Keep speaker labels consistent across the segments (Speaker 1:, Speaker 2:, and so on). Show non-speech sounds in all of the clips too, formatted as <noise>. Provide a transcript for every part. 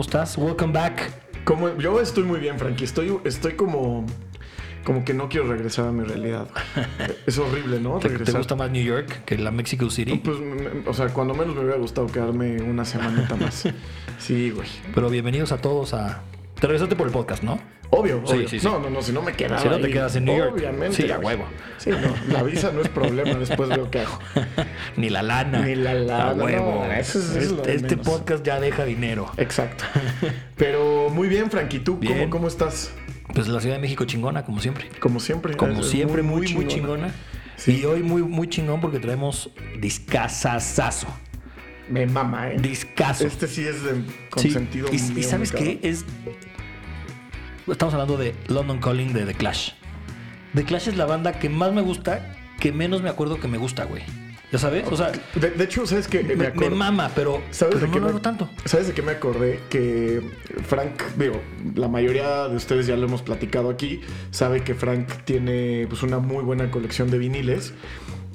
Speaker 1: estás? Welcome back.
Speaker 2: Como, yo estoy muy bien, Frankie. Estoy, estoy como, como que no quiero regresar a
Speaker 1: <laughs>
Speaker 2: mi realidad. Es horrible, ¿no?
Speaker 1: ¿Te, te
Speaker 2: Regresar.
Speaker 1: gusta más New York que la Mexico City?
Speaker 2: Pues, me- o sea, cuando menos me hubiera gustado quedarme una
Speaker 1: <laughs>
Speaker 2: semanita más. Sí, güey.
Speaker 1: Pero bienvenidos a todos a... Te regresaste por el podcast, ¿no? <laughs>
Speaker 2: Obvio,
Speaker 1: Sí,
Speaker 2: obvio.
Speaker 1: sí, sí.
Speaker 2: No, no, no, si no me quedaba
Speaker 1: Si no te
Speaker 2: ahí,
Speaker 1: quedas en New York.
Speaker 2: Obviamente.
Speaker 1: Sí, a
Speaker 2: güey.
Speaker 1: huevo.
Speaker 2: Sí, no, la visa no es problema, después veo qué hago.
Speaker 1: Ni la lana.
Speaker 2: Ni la lana,
Speaker 1: A huevo.
Speaker 2: no, eso es- eso es lo
Speaker 1: este
Speaker 2: de
Speaker 1: este
Speaker 2: menos. Eh.
Speaker 1: podcast ya deja dinero. <laughs>
Speaker 2: Exacto. Pero muy bien, Frankie, ¿tú
Speaker 1: Bien.
Speaker 2: cómo, cómo estás?
Speaker 1: Pues la Ciudad de México chingona, como siempre.
Speaker 2: Como siempre.
Speaker 1: Como
Speaker 2: Es
Speaker 1: siempre, muy, muy,
Speaker 2: chingona.
Speaker 1: chingona.
Speaker 2: Sí.
Speaker 1: Y hoy muy, muy chingón porque traemos discazazazo.
Speaker 2: Me mama, ¿eh?
Speaker 1: Discazo.
Speaker 2: Este sí es de, con
Speaker 1: Sí.
Speaker 2: sentido
Speaker 1: Y, y
Speaker 2: mío,
Speaker 1: sabes
Speaker 2: mi
Speaker 1: qué?
Speaker 2: cabrón.
Speaker 1: Es. Estamos hablando de London Calling de The Clash. The Clash es la banda que más me gusta, que menos me acuerdo que me gusta, güey. ¿Ya sabes? O sea,
Speaker 2: De, de hecho, ¿sabes qué? Me,
Speaker 1: me, me
Speaker 2: acuerdo-
Speaker 1: mama, pero,
Speaker 2: ¿Sabes
Speaker 1: pero
Speaker 2: de
Speaker 1: no
Speaker 2: qué
Speaker 1: lo
Speaker 2: me-
Speaker 1: hago tanto.
Speaker 2: ¿Sabes de qué me acordé? Que Frank, digo, la mayoría de ustedes ya lo hemos platicado aquí, sabe que Frank tiene pues una muy buena colección de viniles.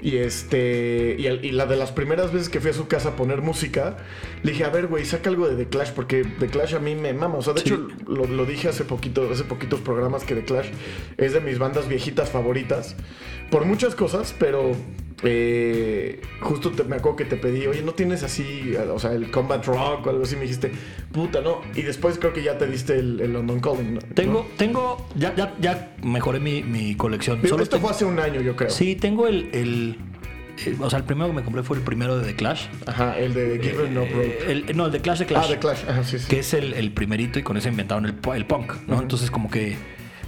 Speaker 2: Y este. Y, al- y la de las primeras veces que fui a su casa a poner música, le dije, a ver, güey, saca algo de The Clash, porque The Clash a mí me mama. O sea, de
Speaker 1: Sí.
Speaker 2: hecho, lo, lo dije hace poquito, hace poquitos programas que The Clash es de mis bandas viejitas favoritas. Por muchas cosas, pero eh, justo te- me acuerdo que te pedí, oye, ¿no tienes así, o sea, el Combat Rock o algo así? Me dijiste, puta, no. Y después creo que ya te diste el, el London Calling. ¿no?
Speaker 1: Tengo, tengo, ya, ya, ya mejoré mi, mi colección.
Speaker 2: Digo,
Speaker 1: Solo
Speaker 2: esto
Speaker 1: tengo-
Speaker 2: fue hace un año, yo creo.
Speaker 1: Sí, tengo el, el, el- O sea, el primero que me compré fue el primero de The Clash.
Speaker 2: Ajá, el de Given Up Rope.
Speaker 1: Eh, el- no, el de Clash de Clash.
Speaker 2: Ah, de Clash, ajá, sí, sí.
Speaker 1: que es el, el primerito y con ese inventaron el, pu- el punk, ¿no? Entonces como que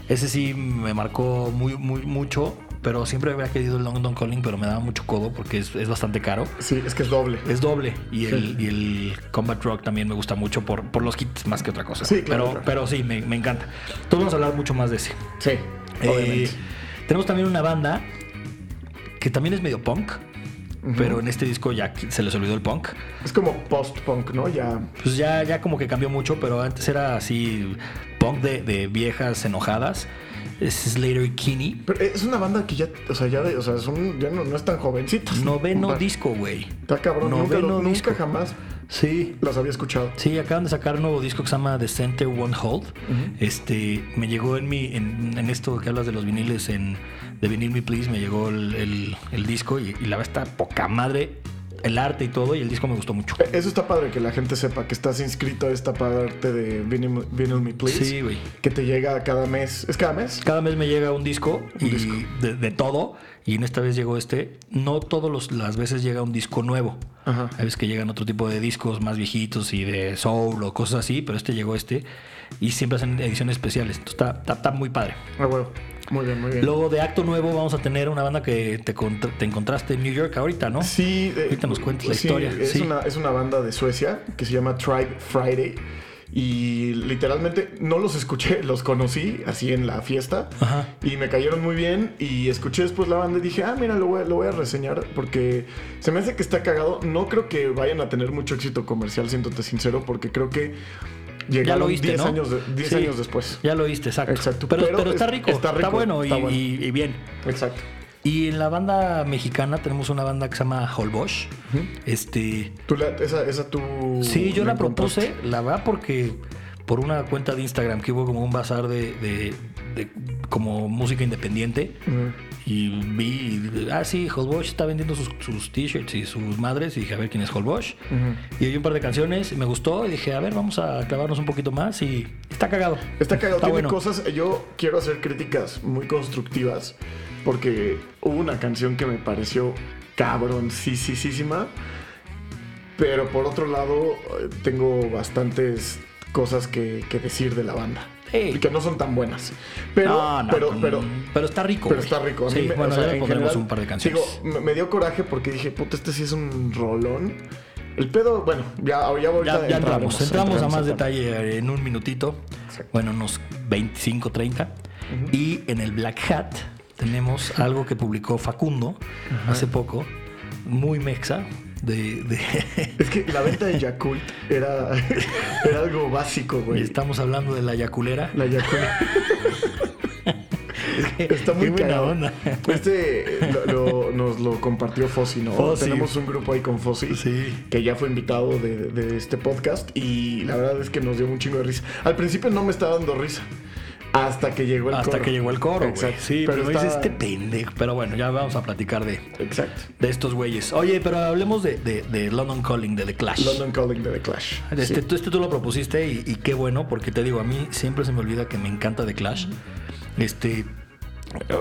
Speaker 1: ese sí me marcó muy, muy, mucho, pero siempre había querido el London Calling, pero me daba mucho codo porque es, es bastante caro.
Speaker 2: Sí, es que es doble.
Speaker 1: Es doble y el, y el Combat Rock también me gusta mucho por, por los hits más que otra cosa.
Speaker 2: Sí, claro,
Speaker 1: Pero,
Speaker 2: claro.
Speaker 1: pero sí, me, me encanta. Entonces vamos a hablar mucho más de ese.
Speaker 2: Sí,
Speaker 1: Eh,
Speaker 2: obviamente.
Speaker 1: tenemos también una banda que también es medio punk, pero en este disco ya se les olvidó el punk.
Speaker 2: Es como post-punk, ¿no? Ya.
Speaker 1: Pues ya, ya como que cambió mucho, pero antes era así punk de, de viejas enojadas. Es Slater Kinney.
Speaker 2: Pero es una banda que ya, o sea, ya, de- o sea, son, ya no, no es tan jovencitas.
Speaker 1: Noveno
Speaker 2: Va.
Speaker 1: disco, güey.
Speaker 2: Está cabrón, nunca,
Speaker 1: Noveno
Speaker 2: lo-
Speaker 1: disco.
Speaker 2: nunca jamás
Speaker 1: Sí.
Speaker 2: las había escuchado.
Speaker 1: Sí, acaban de sacar un nuevo disco que se llama The Center One Hold. Este, me llegó en mi, en, en esto que hablas de los viniles, en de Vinil Me Please, me llegó el, el- el disco y, y la verdad está poca madre el arte y todo y el disco me gustó mucho.
Speaker 2: Eh, Eso está padre que la gente sepa que estás inscrito a esta parte de Vinyl Vinyl Me Please.
Speaker 1: Sí, güey.
Speaker 2: Que te llega cada mes. ¿Es cada mes?
Speaker 1: Cada mes me llega un disco, y
Speaker 2: disco.
Speaker 1: De, de todo, y en esta vez llegó este. No todas las veces llega un disco nuevo.
Speaker 2: Ajá.
Speaker 1: Hay veces que llegan otro tipo de discos más viejitos y de soul o cosas así, pero este llegó este. Y siempre hacen ediciones especiales. Entonces está, está- está muy padre.
Speaker 2: Ah, huevo. Muy bien, muy bien.
Speaker 1: Luego de Acto Nuevo vamos a tener una banda que te, contra- te encontraste en New York ahorita, ¿no?
Speaker 2: Sí, eh,
Speaker 1: Ahorita nos cuentas la
Speaker 2: sí,
Speaker 1: historia,
Speaker 2: Es,
Speaker 1: sí.
Speaker 2: Una, es una banda de Suecia que se llama Tribe Friday. Y literalmente no los escuché, los conocí así en la fiesta.
Speaker 1: Ajá.
Speaker 2: Y me cayeron muy bien. Y escuché después la banda y dije, ah, mira, lo voy, a- lo voy a reseñar porque se me hace que está cagado. No creo que vayan a tener mucho éxito comercial, siéntate sincero, porque creo que
Speaker 1: Ya lo
Speaker 2: llegaron
Speaker 1: oíste,
Speaker 2: 10
Speaker 1: ¿no?
Speaker 2: años, de- 10
Speaker 1: Sí,
Speaker 2: años después.
Speaker 1: Ya lo oíste, exacto.
Speaker 2: Exacto,
Speaker 1: Pero,
Speaker 2: pero
Speaker 1: pero está,
Speaker 2: es-
Speaker 1: rico, está
Speaker 2: está rico,
Speaker 1: bueno, y-
Speaker 2: está bueno.
Speaker 1: y- y bien.
Speaker 2: Exacto.
Speaker 1: Y en la banda mexicana tenemos una banda que se llama Holbosch. Este.
Speaker 2: Tú la- esa, esa tú.
Speaker 1: Sí, yo la
Speaker 2: encontraste.
Speaker 1: propuse, la verdad, porque por una cuenta de Instagram que hubo como un bazar de, de- de como música independiente.
Speaker 2: Ujú.
Speaker 1: Y vi, ah, sí, Holbosch está vendiendo sus, sus t-shirts y sus madres. Y dije, a ver quién es Holbosch.
Speaker 2: Ujú.
Speaker 1: Y oí un par de canciones, y me gustó. Y dije, a ver, vamos a clavarnos un poquito más. Y está cagado.
Speaker 2: Está cagado, tiene
Speaker 1: bueno.
Speaker 2: cosas. Yo quiero hacer críticas muy constructivas porque hubo una canción que me pareció cabroncísima. Pero por otro lado, eh, tengo bastantes cosas que, que decir de la banda.
Speaker 1: Sí.
Speaker 2: Y Que no son tan buenas. Pero,
Speaker 1: No, no,
Speaker 2: pero,
Speaker 1: no,
Speaker 2: pero,
Speaker 1: pero está rico.
Speaker 2: pero
Speaker 1: güey.
Speaker 2: está rico. A
Speaker 1: Sí,
Speaker 2: mí me-
Speaker 1: bueno,
Speaker 2: o sea,
Speaker 1: ya le
Speaker 2: en
Speaker 1: pondremos
Speaker 2: general,
Speaker 1: un par de canciones.
Speaker 2: Digo, me, me dio coraje porque dije, puta, este sí es un rolón. El pedo, bueno, ya, ya voy
Speaker 1: Ya, ya entramos, entramos, a más detalle en un minutito,
Speaker 2: Exacto.
Speaker 1: bueno, unos 25, 30. Y en el Black Hat tenemos algo que publicó Facundo hace poco, muy mexa, de, de- <laughs>
Speaker 2: Es que la venta de Yakult era, <laughs> era algo básico,
Speaker 1: y <laughs>
Speaker 2: güey.
Speaker 1: estamos hablando de la yaculera.
Speaker 2: La Yakult. <laughs> Está muy
Speaker 1: Qué buena
Speaker 2: cagado.
Speaker 1: onda. <laughs>
Speaker 2: Este eh, lo- lo- nos lo compartió Fossi, ¿no?
Speaker 1: Fossi.
Speaker 2: Tenemos un grupo ahí con Fossi,
Speaker 1: Sí.
Speaker 2: que ya fue invitado de, de este podcast y la verdad es que nos dio un chingo de risa. Al principio no me estaba dando risa, hasta que llegó el
Speaker 1: Hasta
Speaker 2: coro.
Speaker 1: que llegó el coro, güey.
Speaker 2: Exacto.
Speaker 1: Sí, pero,
Speaker 2: pero
Speaker 1: es
Speaker 2: está-
Speaker 1: este pendejo. Pero bueno, ya vamos a platicar de,
Speaker 2: Exacto.
Speaker 1: de estos güeyes. Oye, pero hablemos de, de- de London Calling, de The Clash.
Speaker 2: London Calling de The Clash.
Speaker 1: Este,
Speaker 2: Sí.
Speaker 1: tú, este tú lo propusiste y, y qué bueno, porque te digo, a mí siempre se me olvida que me encanta The Clash. Este,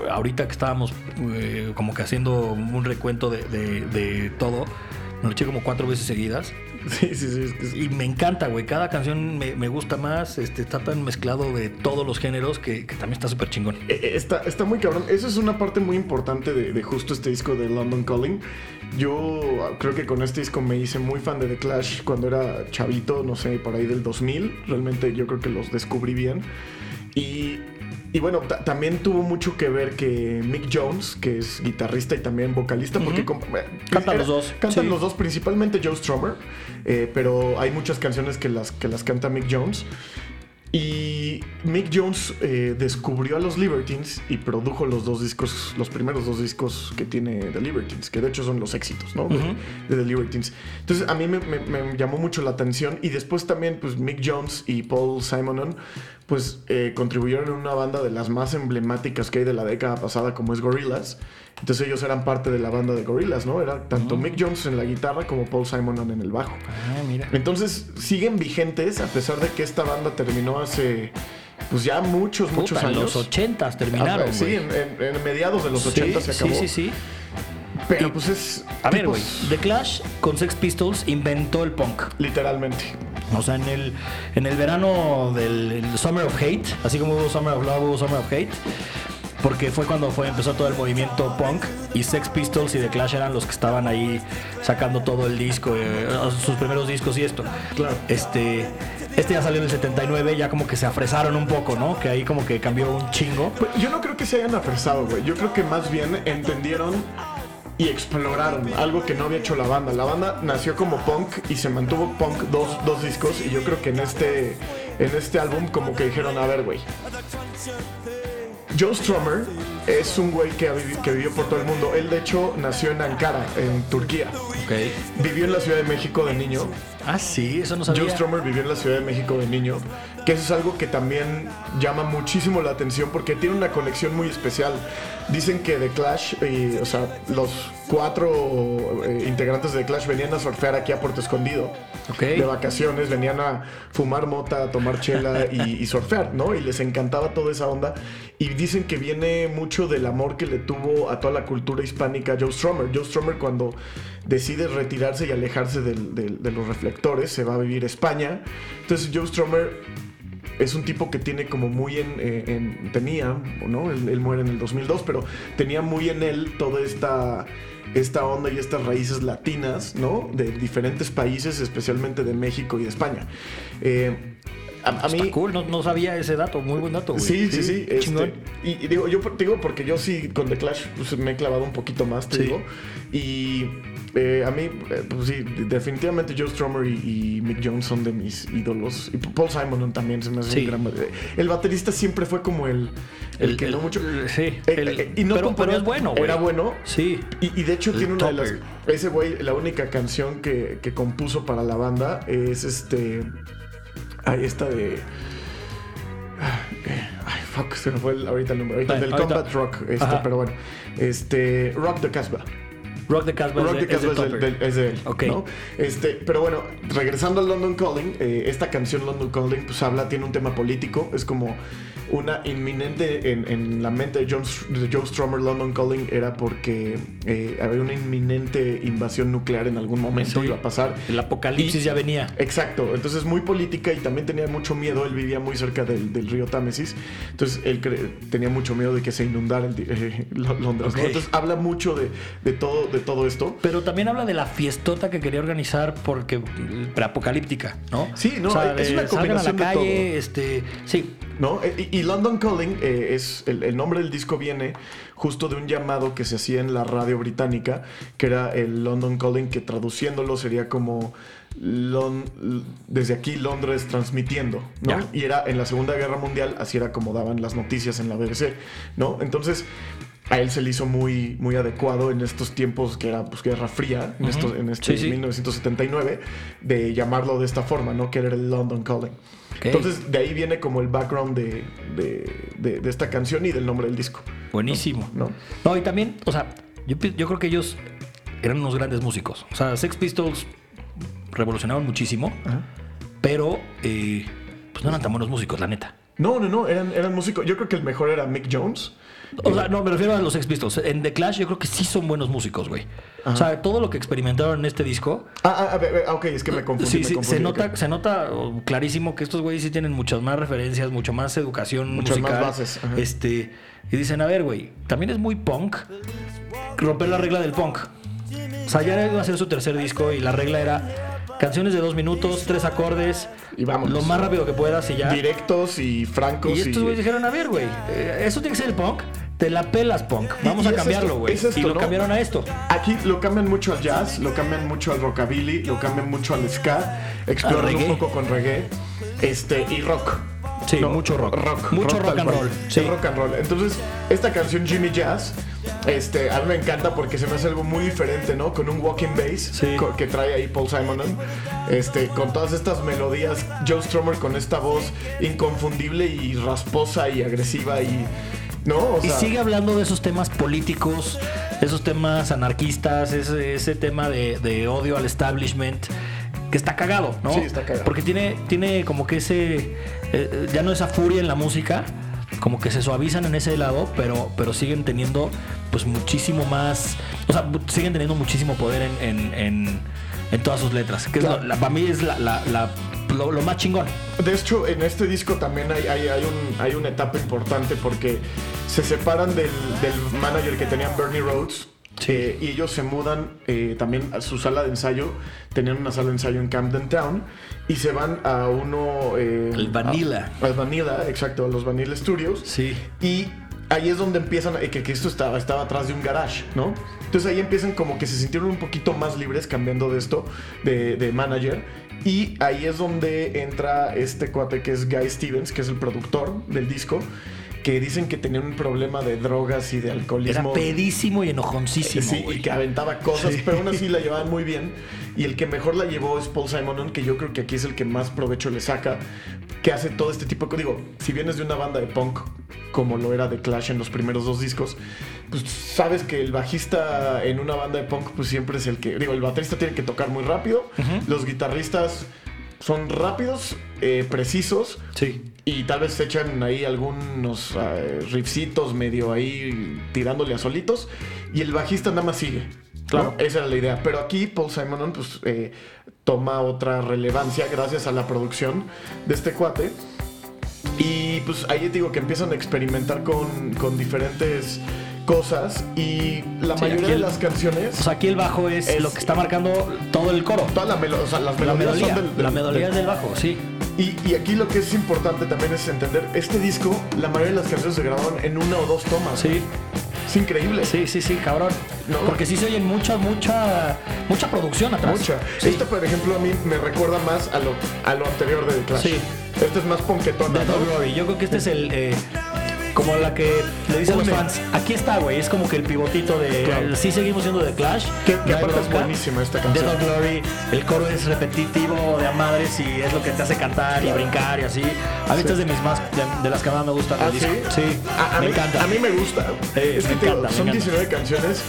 Speaker 1: ahorita que estábamos eh, como que haciendo un recuento de, de- de todo, me lo eché como cuatro veces seguidas
Speaker 2: <laughs> Sí, sí, sí. es que sí.
Speaker 1: y me encanta, güey. Cada canción me, me gusta más, este, está tan mezclado de todos los géneros que, que también está súper chingón.
Speaker 2: Eh, eh, Está, está muy cabrón. Eso es una parte muy importante de, de justo este disco de London Calling. Yo ah, creo que con este disco me hice muy fan de The Clash cuando era chavito, no sé, por ahí del 2000. Realmente yo creo que los descubrí bien. Y, y bueno, ta- también tuvo mucho que ver que Mick Jones, que es guitarrista y también vocalista, porque
Speaker 1: Ujú.
Speaker 2: com- eh,
Speaker 1: Cantan los dos,
Speaker 2: Cantan
Speaker 1: sí.
Speaker 2: los dos, principalmente Joe Strummer, eh, pero hay muchas canciones que las, que las canta Mick Jones. Y Mick Jones eh, descubrió a los Libertines y produjo los dos discos, los primeros dos discos que tiene The Libertines, que de hecho son los éxitos, ¿no? De-
Speaker 1: Ujú.
Speaker 2: de, The Libertines. Entonces a mí me, me- me llamó mucho la atención y después también pues Mick Jones y Paul Simonon pues eh, contribuyeron en una banda de las más emblemáticas que hay de la década pasada como es Gorillaz. Entonces ellos eran parte de la banda de Gorillaz, ¿no? Era tanto Mick Jones en la guitarra como Paul Simonon en el bajo.
Speaker 1: Ah, mira.
Speaker 2: Entonces siguen vigentes a pesar de que esta banda terminó hace pues ya muchos, muchos
Speaker 1: Puta, en
Speaker 2: años.
Speaker 1: los ochentas terminaron,
Speaker 2: Ah,
Speaker 1: güey.
Speaker 2: Sí, en, en- en mediados de los 80 se acabó.
Speaker 1: Sí, sí, sí.
Speaker 2: Pero pues es
Speaker 1: A ver, güey.
Speaker 2: tipos-
Speaker 1: The Clash con Sex Pistols inventó el punk.
Speaker 2: Literalmente.
Speaker 1: O sea, en el, en el verano del el Summer of Hate, así como hubo Summer of Love, hubo Summer of Hate, porque fue cuando fue, empezó todo el movimiento punk y Sex Pistols y The Clash eran los que estaban ahí sacando todo el disco, eh, sus primeros discos y esto.
Speaker 2: Claro.
Speaker 1: Este, este ya salió en el 79, ya como que se afresaron un poco, ¿no? Que ahí como que cambió un chingo.
Speaker 2: Pues, yo no creo que se hayan apresado, güey. Yo creo que más bien entendieron y exploraron algo que no había hecho la banda. La banda nació como punk y se mantuvo punk dos, dos discos. Y yo creo que en este, en este álbum como que dijeron, a ver, güey. Joe Strummer es un güey que, ha vivi- que vivió por todo el mundo. Él de hecho nació en Ankara, en Turquía.
Speaker 1: Ok.
Speaker 2: Vivió en la Ciudad de México de niño.
Speaker 1: Ah, sí, eso no sabía.
Speaker 2: Joe Stromer vivió en la Ciudad de México de niño, que eso es algo que también llama muchísimo la atención porque tiene una conexión muy especial. Dicen que The Clash, y, o sea, los cuatro eh, integrantes de The Clash venían a surfear aquí a Puerto Escondido
Speaker 1: Ok.
Speaker 2: de vacaciones, venían a fumar mota, a tomar chela y, y surfear, ¿no? Y les encantaba toda esa onda. Y dicen que viene mucho del amor que le tuvo a toda la cultura hispánica Joe Strummer. Joe Strummer cuando decide retirarse y alejarse del- del- de los reflectores, se va a vivir a España. Entonces Joe Strummer es un tipo que tiene como muy en, eh, en- tenía, ¿no? Él, él muere en el 2002, pero tenía muy en él toda esta esta onda y estas raíces latinas, ¿no? De diferentes países, especialmente de México y de España. Eh, a, a
Speaker 1: Está
Speaker 2: mí
Speaker 1: cool, no, no sabía ese dato, muy buen dato, güey.
Speaker 2: Sí, sí, sí. este,
Speaker 1: Chingón.
Speaker 2: y, y digo, yo por- te digo porque yo sí con The Clash pues, me he clavado un poquito más, te
Speaker 1: Sí.
Speaker 2: digo. Y eh, a mí, eh, pues sí, definitivamente Joe Strummer y, y Mick Jones son de mis ídolos. Y Paul Simon también se me hace
Speaker 1: Sí.
Speaker 2: un gran bat- El baterista siempre fue como el, el, que no mucho.
Speaker 1: Sí.
Speaker 2: Eh,
Speaker 1: el-
Speaker 2: eh, y no
Speaker 1: pero,
Speaker 2: componía-
Speaker 1: pero es bueno, güey.
Speaker 2: Era bueno.
Speaker 1: Sí.
Speaker 2: Y, y de hecho
Speaker 1: El
Speaker 2: tiene una de
Speaker 1: topper.
Speaker 2: las. Ese güey, la única canción que, que compuso para la banda es este. Ahí esta de. Ay, fuck, se me fue el- ahorita el nombre. Ahorita,
Speaker 1: Bueno,
Speaker 2: del
Speaker 1: ahorita.
Speaker 2: Combat Rock, este,
Speaker 1: Ajá.
Speaker 2: pero bueno. Este. Rock the Casbah.
Speaker 1: Rock the Casbah
Speaker 2: Rock
Speaker 1: es
Speaker 2: the
Speaker 1: de- es de
Speaker 2: Casbah es,
Speaker 1: Topper.
Speaker 2: del- del- es de él.
Speaker 1: Ok.
Speaker 2: ¿no? Este, pero bueno, regresando a London Calling, eh, esta canción London Calling, pues habla, tiene un tema político, es como una inminente en, en la mente de John- de Joe Strummer London Calling era porque eh, había una inminente invasión nuclear en algún momento
Speaker 1: Sí.
Speaker 2: iba a pasar
Speaker 1: El apocalipsis
Speaker 2: Y-
Speaker 1: ya venía.
Speaker 2: Exacto, entonces muy política y también tenía mucho miedo, él vivía muy cerca del, del río Támesis, entonces él cre- tenía mucho miedo de que se inundara el di- <laughs> eh, Lo- Londres. ¿no?
Speaker 1: Ok.
Speaker 2: Entonces habla mucho de, de todo, de de todo esto.
Speaker 1: Pero también habla de la fiestota que quería organizar porque la apocalíptica, ¿no?
Speaker 2: Sí, no,
Speaker 1: O sea,
Speaker 2: es
Speaker 1: de salgan
Speaker 2: una
Speaker 1: a la
Speaker 2: combinación de
Speaker 1: calle, este, sí,
Speaker 2: ¿no? E- Y, y London Calling eh, es el, el nombre del disco viene justo de un llamado que se hacía en la radio británica, que era el London Calling, que traduciéndolo sería como Lon- l- desde aquí Londres transmitiendo, ¿no?
Speaker 1: Ya.
Speaker 2: Y era en la Segunda Guerra Mundial, así era como daban las noticias en la BBC, ¿no? Entonces a él se le hizo muy, muy adecuado en estos tiempos que era pues, Guerra Fría, en,
Speaker 1: Ujú.
Speaker 2: estos- en este
Speaker 1: Sí, sí.
Speaker 2: 1979, de llamarlo de esta forma, ¿no? Que era el London Calling.
Speaker 1: Ok.
Speaker 2: Entonces, de ahí viene como el background de, de- de- de esta canción y del nombre del disco.
Speaker 1: buenísimo.
Speaker 2: ¿no?
Speaker 1: No, y también, o sea, yo, pi- yo creo que ellos eran unos grandes músicos. O sea, Sex Pistols revolucionaron muchísimo,
Speaker 2: Ah.
Speaker 1: pero eh, pues no eran tan buenos músicos, la neta.
Speaker 2: No, no, no, eran, eran músicos. Yo creo que el mejor era Mick Jones.
Speaker 1: O sea, no, me refiero a los Sex Pistols. En The Clash yo creo que sí son buenos músicos, güey. O sea, todo lo que experimentaron en este disco,
Speaker 2: Ah, ah, a ver, a ver, ah, ok, es que me confundí.
Speaker 1: Sí,
Speaker 2: me
Speaker 1: sí,
Speaker 2: confundí,
Speaker 1: se
Speaker 2: ok.
Speaker 1: nota, se nota oh, clarísimo que estos güeyes sí tienen muchas más referencias, mucho más educación
Speaker 2: Muchas más
Speaker 1: musical.
Speaker 2: bases, ajá.
Speaker 1: Este, y dicen, a ver, güey, también es muy punk romper la regla del punk. O sea, ya iba a hacer su tercer disco y la regla era canciones de dos minutos, tres acordes,
Speaker 2: Y vámonos.
Speaker 1: lo más rápido que puedas y ya.
Speaker 2: Directos y francos.
Speaker 1: Y estos güeyes dijeron, a ver, güey, eh, eso tiene que ser el punk, te la pelas punk,
Speaker 2: Y-
Speaker 1: vamos
Speaker 2: y
Speaker 1: a
Speaker 2: es
Speaker 1: cambiarlo,
Speaker 2: esto,
Speaker 1: güey.
Speaker 2: es esto,
Speaker 1: y lo
Speaker 2: ¿no?
Speaker 1: cambiaron a esto.
Speaker 2: Aquí lo cambian mucho al jazz, lo cambian mucho al rockabilly, lo cambian mucho al ska, exploran
Speaker 1: reggae.
Speaker 2: un poco con reggae este, y rock.
Speaker 1: Sí, mucho rock. Mucho rock
Speaker 2: tal
Speaker 1: and
Speaker 2: cual.
Speaker 1: roll,
Speaker 2: Es
Speaker 1: sí.
Speaker 2: rock and roll. Entonces, esta canción Jimmy Jazz, este, a mí me encanta porque se me hace algo muy diferente, ¿no? Con un walking bass
Speaker 1: Sí.
Speaker 2: co- que trae ahí Paul Simonon, este, con todas estas melodías, Joe Strummer con esta voz inconfundible y rasposa y agresiva y... ¿No? O
Speaker 1: Y
Speaker 2: sea,
Speaker 1: sigue hablando de esos temas políticos, esos temas anarquistas, ese, ese tema de, de odio al establishment, que está cagado, ¿no?
Speaker 2: Sí, está cagado.
Speaker 1: Porque tiene, tiene como que ese, eh, eh, ya no esa furia en la música, como que se suavizan en ese lado, pero, pero siguen teniendo pues muchísimo más, o sea, bu- siguen teniendo muchísimo poder en, en- en- en todas sus letras, que es
Speaker 2: Claro.
Speaker 1: lo- la- para mí es la- la- la- lo, lo más chingón.
Speaker 2: De hecho, en este disco también hay, hay, hay un, hay una etapa importante porque se separan del, del manager que tenían Bernie Rhodes.
Speaker 1: Sí.
Speaker 2: eh, y ellos se mudan eh, también a su sala de ensayo. Tenían una sala de ensayo en Camden Town. Y se van a uno. eh,
Speaker 1: El Vanilla.
Speaker 2: a- al Vanilla, exacto, a los Vanilla Studios.
Speaker 1: Sí.
Speaker 2: Y ahí es donde empiezan, eh, que, que esto estaba, estaba atrás de un garage, ¿no? Entonces ahí empiezan como que se sintieron un poquito más libres cambiando de esto, de, de manager. Y ahí es donde entra este cuate que es Guy Stevens, que es el productor del disco, que dicen que tenía un problema de drogas y de
Speaker 1: Era
Speaker 2: alcoholismo.
Speaker 1: pedísimo y enojoncísimo.
Speaker 2: Sí,
Speaker 1: güey.
Speaker 2: y que aventaba cosas, pero aún así la llevaban muy bien. Y el que mejor la llevó es Paul Simonon, que yo creo que aquí es el que más provecho le saca, que hace todo este tipo de... Digo, si vienes de una banda de punk, como lo era The Clash en los primeros dos discos, pues sabes que el bajista en una banda de punk, pues siempre es el que... Digo, el baterista tiene que tocar muy rápido, los guitarristas son rápidos, eh, precisos,
Speaker 1: Sí.
Speaker 2: y tal vez se echan ahí algunos eh, riffcitos medio ahí tirándole a solitos. Y el bajista nada más sigue.
Speaker 1: Claro.
Speaker 2: ¿no? Esa era la idea. Pero aquí Paul Simonon pues, eh, toma otra relevancia gracias a la producción de este cuate. Y pues ahí digo que empiezan a experimentar con, con diferentes cosas. Y la
Speaker 1: Sí,
Speaker 2: mayoría
Speaker 1: aquí
Speaker 2: de
Speaker 1: el-
Speaker 2: las canciones.
Speaker 1: O sea, Pues aquí el bajo es,
Speaker 2: Es-
Speaker 1: lo que está marcando todo el coro.
Speaker 2: toda la melo- o sea, las
Speaker 1: La
Speaker 2: melodías
Speaker 1: melodía,
Speaker 2: son del,
Speaker 1: la
Speaker 2: del-
Speaker 1: melodía
Speaker 2: del-
Speaker 1: es del bajo, sí.
Speaker 2: Y, y aquí lo que es importante también es entender, este disco, la mayoría de las canciones se grabaron en una o dos tomas.
Speaker 1: Sí,
Speaker 2: Es increíble.
Speaker 1: sí, sí, sí, cabrón.
Speaker 2: No.
Speaker 1: Porque sí se oyen mucha, mucha, mucha producción atrás.
Speaker 2: Mucha. Este
Speaker 1: Sí.
Speaker 2: Esta, por ejemplo, a mí me recuerda más a lo, a lo anterior de The Clash.
Speaker 1: Sí.
Speaker 2: Este es más ponquetona.
Speaker 1: Death
Speaker 2: ¿no?
Speaker 1: of Glory. Yo creo que este es el. eh, como la que le dice a los
Speaker 2: Une.
Speaker 1: fans, aquí está, güey. Es como que el pivotito de.
Speaker 2: Claro.
Speaker 1: Sí, seguimos siendo de Clash.
Speaker 2: Que-
Speaker 1: no
Speaker 2: que
Speaker 1: hay
Speaker 2: aparte es
Speaker 1: bronca.
Speaker 2: buenísima esta canción.
Speaker 1: Death of Glory, el coro es repetitivo de a madres y es lo que te hace cantar y brincar y así. A mí esta es de mis más. de, de las que más me gustan.
Speaker 2: ¿Ah,
Speaker 1: del
Speaker 2: sí?
Speaker 1: disco.
Speaker 2: A, a
Speaker 1: me
Speaker 2: mí,
Speaker 1: encanta.
Speaker 2: A mí me gusta.
Speaker 1: Eh,
Speaker 2: es que
Speaker 1: me
Speaker 2: te digo,
Speaker 1: encanta, me
Speaker 2: son
Speaker 1: encanta.
Speaker 2: 19 canciones.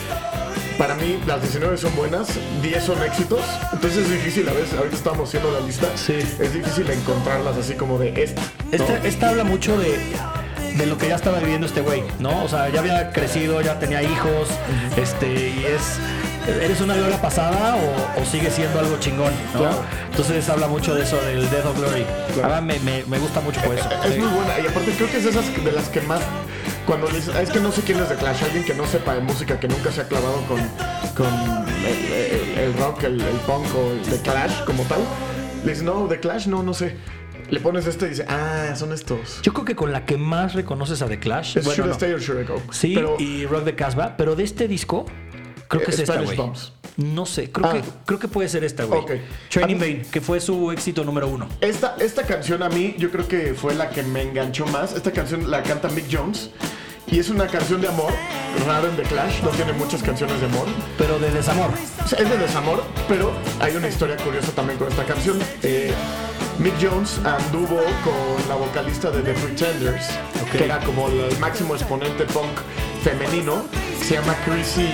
Speaker 2: Para mí, las 19 son buenas, 10 son éxitos. Entonces es difícil, a veces, ahorita estábamos haciendo la lista.
Speaker 1: Sí. Este
Speaker 2: Es difícil encontrarlas así como de esta. ¿no?
Speaker 1: Esta, esta habla mucho de, de lo que ya estaba viviendo este güey, ¿no? O sea, ya había crecido, ya tenía hijos, este, y es. ¿Eres una gloria pasada o, o sigue siendo algo chingón? ¿no?
Speaker 2: Claro.
Speaker 1: Entonces habla mucho de eso, del Death of Glory. Ah,
Speaker 2: Claro.
Speaker 1: Ahora me, me- me gusta mucho por eso.
Speaker 2: Es
Speaker 1: Sí.
Speaker 2: muy buena y aparte creo que es de esas de las que más Cuando les, es que no sé quién es de Clash, alguien que no sepa de música, que nunca se ha clavado con, con el, el- el rock, el, el punk o el de Clash como tal, le dices, no, de Clash no, no sé. Le pones este y dice, ah, son estos.
Speaker 1: Yo creo que con la que más reconoces a The Clash.
Speaker 2: Es
Speaker 1: bueno,
Speaker 2: Should I
Speaker 1: no.
Speaker 2: Stay or Should I Go.
Speaker 1: Sí,
Speaker 2: Pero
Speaker 1: y Rock de Casbah, pero de este disco, creo que es esta,
Speaker 2: Spanish
Speaker 1: güey.
Speaker 2: Bombs.
Speaker 1: No sé, creo,
Speaker 2: Ah.
Speaker 1: que, creo que puede ser esta, güey.
Speaker 2: Ok.
Speaker 1: Training
Speaker 2: A mí-
Speaker 1: Bane, que fue su éxito número uno.
Speaker 2: Esta, esta canción a mí yo creo que fue la que me enganchó más. Esta canción la canta Mick Jones y es una canción de amor. Raro en The Clash, no tiene muchas canciones de amor.
Speaker 1: Pero de Desamor.
Speaker 2: O sea, es de desamor, pero hay una historia curiosa también con esta canción. Eh, Mick Jones anduvo con la vocalista de The Pretenders,
Speaker 1: Ok.
Speaker 2: que era como el máximo exponente punk femenino. Se llama Chrissy,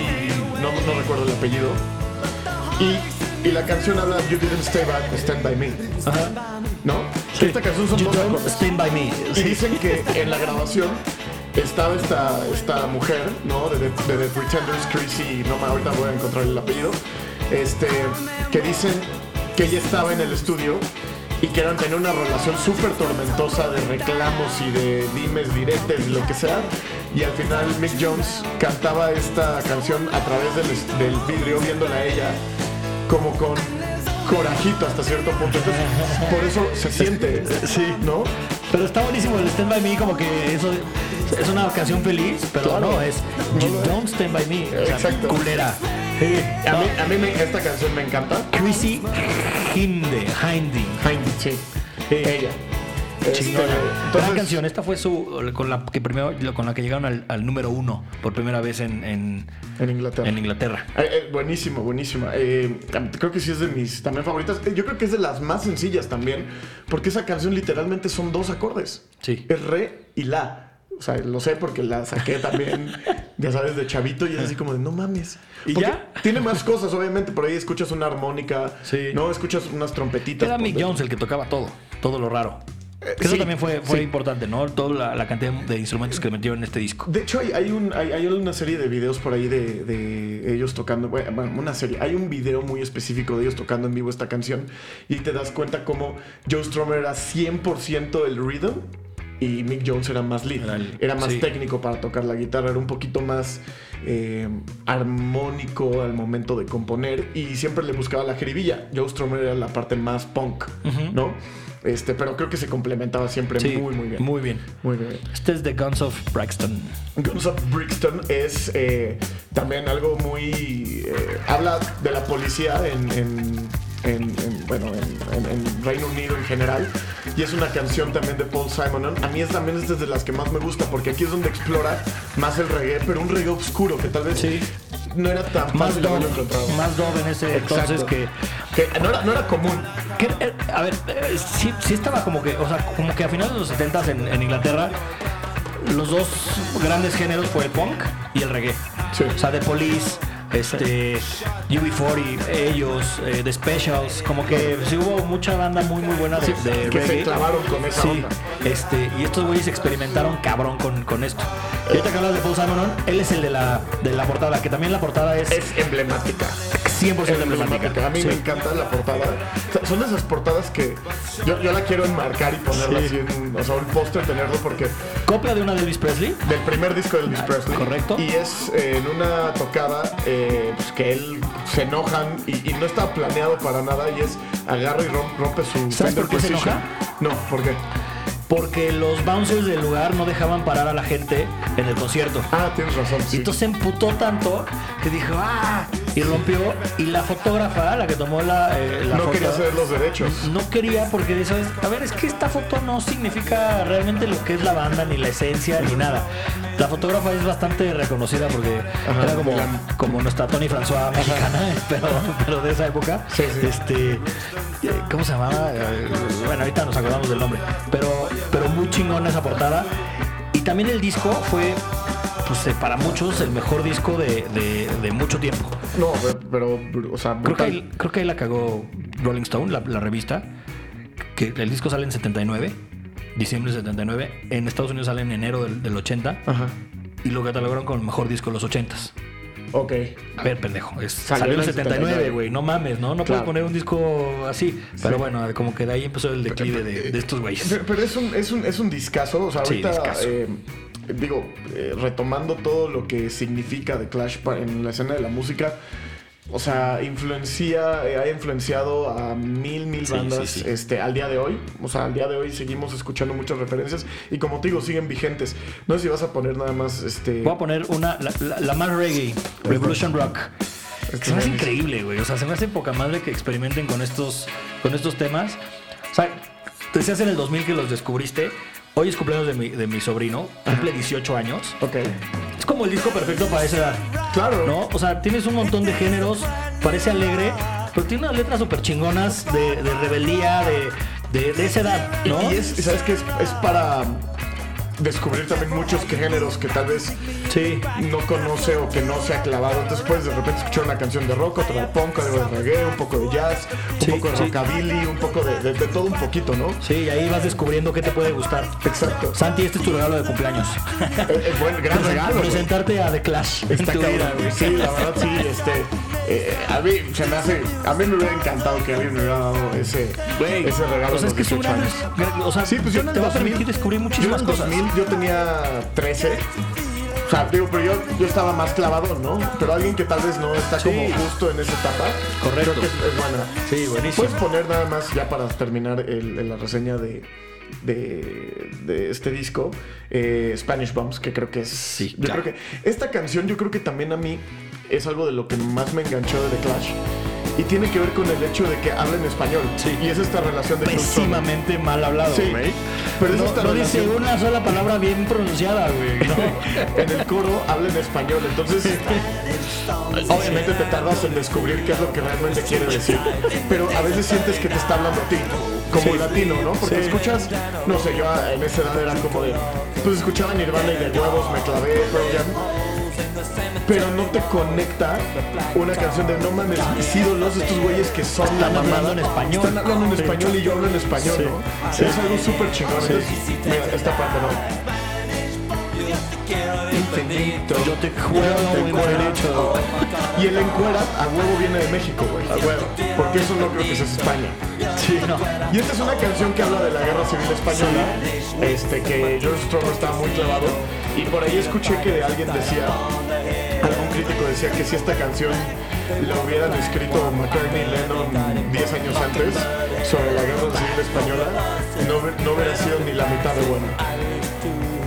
Speaker 2: no, no recuerdo el apellido. Y, y la canción habla You Didn't Stay Back, Stand By Me. ¿No? Esta canción son
Speaker 1: You
Speaker 2: dos
Speaker 1: Don't
Speaker 2: acordes.
Speaker 1: Stand By Me.
Speaker 2: Y dicen que en la grabación estaba esta, esta mujer, ¿no? De, The- de The Pretenders, Chrissy, no me ahorita voy a encontrar el apellido. Este, que dicen que ella estaba en el estudio y que eran tener una relación súper tormentosa de reclamos y de dimes, diretes, lo que sea. Y al final Mick Jones cantaba esta canción a través del, es- del vidrio viéndola a ella como con corajito hasta cierto punto. Entonces, por eso se siente, sí, ¿no?
Speaker 1: Pero está buenísimo el Stand By Me, como que eso es una canción feliz, pero
Speaker 2: Claro.
Speaker 1: no, es You Don't Stand By Me. O sea,
Speaker 2: Exacto.
Speaker 1: culera. Ah,
Speaker 2: A mí, a mí me- esta canción me encanta.
Speaker 1: Chrissy Hinde, Hinding.
Speaker 2: sí.
Speaker 1: Sí.
Speaker 2: Ella. Este,
Speaker 1: Chingona. Gran
Speaker 2: entonces,
Speaker 1: canción. Esta fue su con la que primero con la que llegaron al, al número uno por primera vez en, en,
Speaker 2: En Inglaterra.
Speaker 1: ¿eh? en Inglaterra.
Speaker 2: Eh, eh, buenísimo, buenísima. Eh, creo que sí es de mis también favoritas. Eh, Yo creo que es de las más sencillas también, porque esa canción literalmente son dos acordes.
Speaker 1: Sí.
Speaker 2: Es re y la. O sea, lo sé porque la saqué también, <laughs> ya sabes, de chavito y es así como de no mames.
Speaker 1: ¿Y
Speaker 2: Porque
Speaker 1: ya?
Speaker 2: Tiene más cosas, obviamente. Por ahí escuchas una armónica,
Speaker 1: Sí.
Speaker 2: ¿no? Escuchas unas trompetitas.
Speaker 1: Era
Speaker 2: por
Speaker 1: Mick
Speaker 2: dentro.
Speaker 1: Jones el que tocaba todo, todo lo raro.
Speaker 2: pues, Eh,
Speaker 1: Eso
Speaker 2: sí,
Speaker 1: también fue, fue
Speaker 2: sí.
Speaker 1: importante, ¿no? Toda la, la cantidad de instrumentos que metió en este disco.
Speaker 2: De hecho, hay, hay un, hay, hay una serie de videos por ahí de, de ellos tocando. Bueno, una serie. Hay un video muy específico de ellos tocando en vivo esta canción. Y te das cuenta cómo Joe Strummer era 100% el rhythm. Y Mick Jones era más lead.
Speaker 1: Era el-
Speaker 2: Era más
Speaker 1: sí.
Speaker 2: técnico para tocar la guitarra. Era un poquito más eh, armónico al momento de componer. Y siempre le buscaba la jeribilla. Joe Strummer era la parte más punk, ¿no? Este, pero creo que se complementaba siempre
Speaker 1: Sí,
Speaker 2: muy, muy bien.
Speaker 1: Muy bien.
Speaker 2: muy bien.
Speaker 1: Este es The Guns of Braxton.
Speaker 2: Guns of Brixton es eh, también algo muy. eh, habla de la policía en. en- en- en- bueno, en, en- en Reino Unido en general. Y es una canción también de Paul Simon. A mí es también es de las que más me gusta porque aquí es donde explora más el reggae, pero un reggae oscuro que tal vez
Speaker 1: Sí.
Speaker 2: no era tan
Speaker 1: Más
Speaker 2: fácil
Speaker 1: dove,
Speaker 2: haberlo encontrado.
Speaker 1: más dove en ese
Speaker 2: Exacto.
Speaker 1: entonces que
Speaker 2: Que no, era, no era común.
Speaker 1: Que, eh, a ver, eh, sí, sí estaba como que, o sea, como que a finales de los 70 en, en Inglaterra, los dos grandes géneros fue el punk y el reggae.
Speaker 2: Sí.
Speaker 1: O sea, The Police, este, UB40, ellos, eh, The Specials, como que sí hubo mucha banda muy, muy buena de,
Speaker 2: Sí,
Speaker 1: de
Speaker 2: que se
Speaker 1: reggae.
Speaker 2: clavaron con esa
Speaker 1: Sí,
Speaker 2: onda.
Speaker 1: este, y estos güeyes experimentaron cabrón con, con esto.
Speaker 2: Eh.
Speaker 1: Y ahorita que hablas de Paul Simon, él es el de la, de la portada, que también la portada es
Speaker 2: Es emblemática.
Speaker 1: 100% emblemática.
Speaker 2: A mí
Speaker 1: Sí.
Speaker 2: me encanta la portada. O sea, Son de esas portadas que yo, yo la quiero enmarcar y ponerla
Speaker 1: Sí.
Speaker 2: así en un- o sea, un póster, tenerlo porque
Speaker 1: Copia de una de Elvis Presley.
Speaker 2: del primer disco de Elvis Presley.
Speaker 1: correcto.
Speaker 2: Y es eh, en una tocada eh, pues, que él se enojan y, y no está planeado para nada y es agarra y rom- rompe su
Speaker 1: ¿Sabes
Speaker 2: Fender
Speaker 1: por qué se
Speaker 2: Precision.
Speaker 1: enoja?
Speaker 2: No, ¿por qué?
Speaker 1: porque los bouncers del lugar no dejaban parar a la gente en el concierto.
Speaker 2: Ah, tienes razón.
Speaker 1: Y
Speaker 2: sí.
Speaker 1: entonces se emputó tanto que dijo, ¡ah! Y rompió. Y la fotógrafa, la que tomó la, eh, la
Speaker 2: no
Speaker 1: foto, Mm,
Speaker 2: quería hacer los derechos.
Speaker 1: no quería porque eso es, a ver, es que esta foto no significa realmente lo que es la banda, ni la esencia, ni nada. La fotógrafa es bastante reconocida porque
Speaker 2: Ajá,
Speaker 1: era como,
Speaker 2: de la-
Speaker 1: como nuestra Tony François mexicana, <laughs> pero, pero de esa época.
Speaker 2: Sí, sí.
Speaker 1: Este, eh, ¿Cómo se llamaba? Eh, Bueno, ahorita nos acordamos del nombre, pero, pero muy chingona esa portada. Y también el disco fue, pues eh, para muchos, el mejor disco de, de- de mucho tiempo.
Speaker 2: No, pero, pero, o sea,
Speaker 1: mm. Creo que,
Speaker 2: brutal.
Speaker 1: ahí, creo que ahí la cagó Rolling Stone, la, la revista. Que el disco sale en 79, diciembre del 79. En Estados Unidos sale en enero del, del 80.
Speaker 2: Ajá.
Speaker 1: Y lo catalogaron como el mejor disco de los 80s.
Speaker 2: Ok.
Speaker 1: A ver, pendejo. es-
Speaker 2: Salió
Speaker 1: salió
Speaker 2: en
Speaker 1: en
Speaker 2: el
Speaker 1: 79, güey. No mames, ¿no? No
Speaker 2: Claro.
Speaker 1: puedes poner un disco así. Pero bueno, como
Speaker 2: <laughs>
Speaker 1: que de ahí empezó el declive de, de estos güeyes.
Speaker 2: Pero, pero es, un, es, un, es un discazo. O sea,
Speaker 1: Sí,
Speaker 2: ahorita
Speaker 1: discazo.
Speaker 2: eh, digo, eh, retomando todo lo que significa The Clash pa- en la escena de la música, o sea, influencia, eh, ha influenciado a mil, mil
Speaker 1: Sí,
Speaker 2: bandas
Speaker 1: sí, sí.
Speaker 2: Este, al día de hoy. O sea, al día de hoy seguimos escuchando muchas referencias y como te digo, siguen vigentes. No sé si vas a poner nada más este...
Speaker 1: Voy a poner una, la, la- la más reggae, Revolution Rock.
Speaker 2: Está
Speaker 1: Que se me hace
Speaker 2: buenísimo.
Speaker 1: increíble, güey. O sea, se me hace poca madre que experimenten con estos, con estos temas. O sea, te decías en el 2000 que los descubriste. Hoy es cumpleaños de mi, de mi sobrino, cumple 18 años.
Speaker 2: Ok.
Speaker 1: Es como el disco perfecto para esa edad.
Speaker 2: Claro.
Speaker 1: ¿No? O sea, tienes un montón de géneros, parece alegre, pero tiene unas letras súper chingonas de, de rebeldía, de, de, de esa edad, ¿no?
Speaker 2: Y es, ¿sabes qué? Es, es para descubrir también muchos géneros que tal vez
Speaker 1: Sí.
Speaker 2: no conoce o que no se ha clavado. Entonces puedes de repente escuchar una canción de rock, otra de punk, algo de reggae, un poco de jazz, un
Speaker 1: Sí,
Speaker 2: poco de
Speaker 1: sí.
Speaker 2: rockabilly, un poco de, de- de todo un poquito, ¿no?
Speaker 1: Sí, y ahí vas descubriendo qué te puede gustar.
Speaker 2: Exacto.
Speaker 1: Santi, este es tu regalo de cumpleaños.
Speaker 2: Es, es buen, gran regalo. güey.
Speaker 1: Presentarte a The Clash. Pues en
Speaker 2: Está
Speaker 1: tu
Speaker 2: cabrón,
Speaker 1: vida,
Speaker 2: güey.
Speaker 1: güey.
Speaker 2: Sí, la verdad sí, este. eh, a mí se me hace. A mí me hubiera encantado que alguien me hubiera dado ese,
Speaker 1: Güey,
Speaker 2: ese regalo.
Speaker 1: O sea,
Speaker 2: a
Speaker 1: es
Speaker 2: los
Speaker 1: que es
Speaker 2: 18
Speaker 1: una.
Speaker 2: años.
Speaker 1: O sea,
Speaker 2: Sí, pues
Speaker 1: te,
Speaker 2: yo en el
Speaker 1: te va a
Speaker 2: 2000,
Speaker 1: permitir descubrir muchísimas
Speaker 2: yo en el
Speaker 1: cosas.
Speaker 2: 2000 yo tenía 13. O sea, digo, pero yo, yo estaba más clavado, ¿no? Pero alguien que tal vez no está
Speaker 1: Sí.
Speaker 2: como justo en esa etapa.
Speaker 1: Correcto.
Speaker 2: Creo que es, es buena.
Speaker 1: Sí, buenísimo.
Speaker 2: Puedes poner nada más, ya para terminar el- el- la reseña de, de, de este disco, eh, Spanish Bombs, que creo que es.
Speaker 1: Sí,
Speaker 2: yo
Speaker 1: claro.
Speaker 2: creo que esta canción, yo creo que también a mí es algo de lo que más me enganchó de The Clash. Y tiene que ver con el hecho de que hablan español.
Speaker 1: Sí.
Speaker 2: Y es esta relación de Cruz
Speaker 1: pésimamente mal hablado,
Speaker 2: Sí.
Speaker 1: güey.
Speaker 2: Pero es
Speaker 1: no,
Speaker 2: esta
Speaker 1: no dice
Speaker 2: relación.
Speaker 1: una sola palabra bien pronunciada, güey. <laughs> ¿no?
Speaker 2: en el coro habla en español, entonces obviamente te tardas en descubrir qué es lo que realmente quiere decir, pero a veces sientes que te está hablando a ti, como
Speaker 1: Sí.
Speaker 2: latino, ¿no?
Speaker 1: Sí.
Speaker 2: Porque escuchas, no sé, yo en esa edad era como de, pues escuchaba Nirvana y de huevos me clavé, Pearl Jam, pero no te conecta una canción de no mames, mis ídolos, estos güeyes que son la
Speaker 1: Están hablando
Speaker 2: mamada
Speaker 1: en español.
Speaker 2: están hablando en
Speaker 1: Sí.
Speaker 2: español y yo hablo en español,
Speaker 1: Sí.
Speaker 2: ¿no?
Speaker 1: Sí.
Speaker 2: Es algo súper chingón, entonces, mira, esta parte no. Infinito.
Speaker 1: Yo te juego
Speaker 2: Te
Speaker 1: en
Speaker 2: cuero.
Speaker 1: derecho.
Speaker 2: Y el encuera a huevo viene de México, güey. A huevo. Porque eso no creo que sea España.
Speaker 1: Sí, no.
Speaker 2: Y esta es una canción que habla de la guerra civil española. Este, que George Strummer estaba muy clavado. Y por ahí escuché que de alguien decía, algún crítico decía que si esta canción la hubieran escrito McCartney y Lennon 10 años antes sobre la guerra civil española, no, hub- no hubiera sido ni la mitad de buena.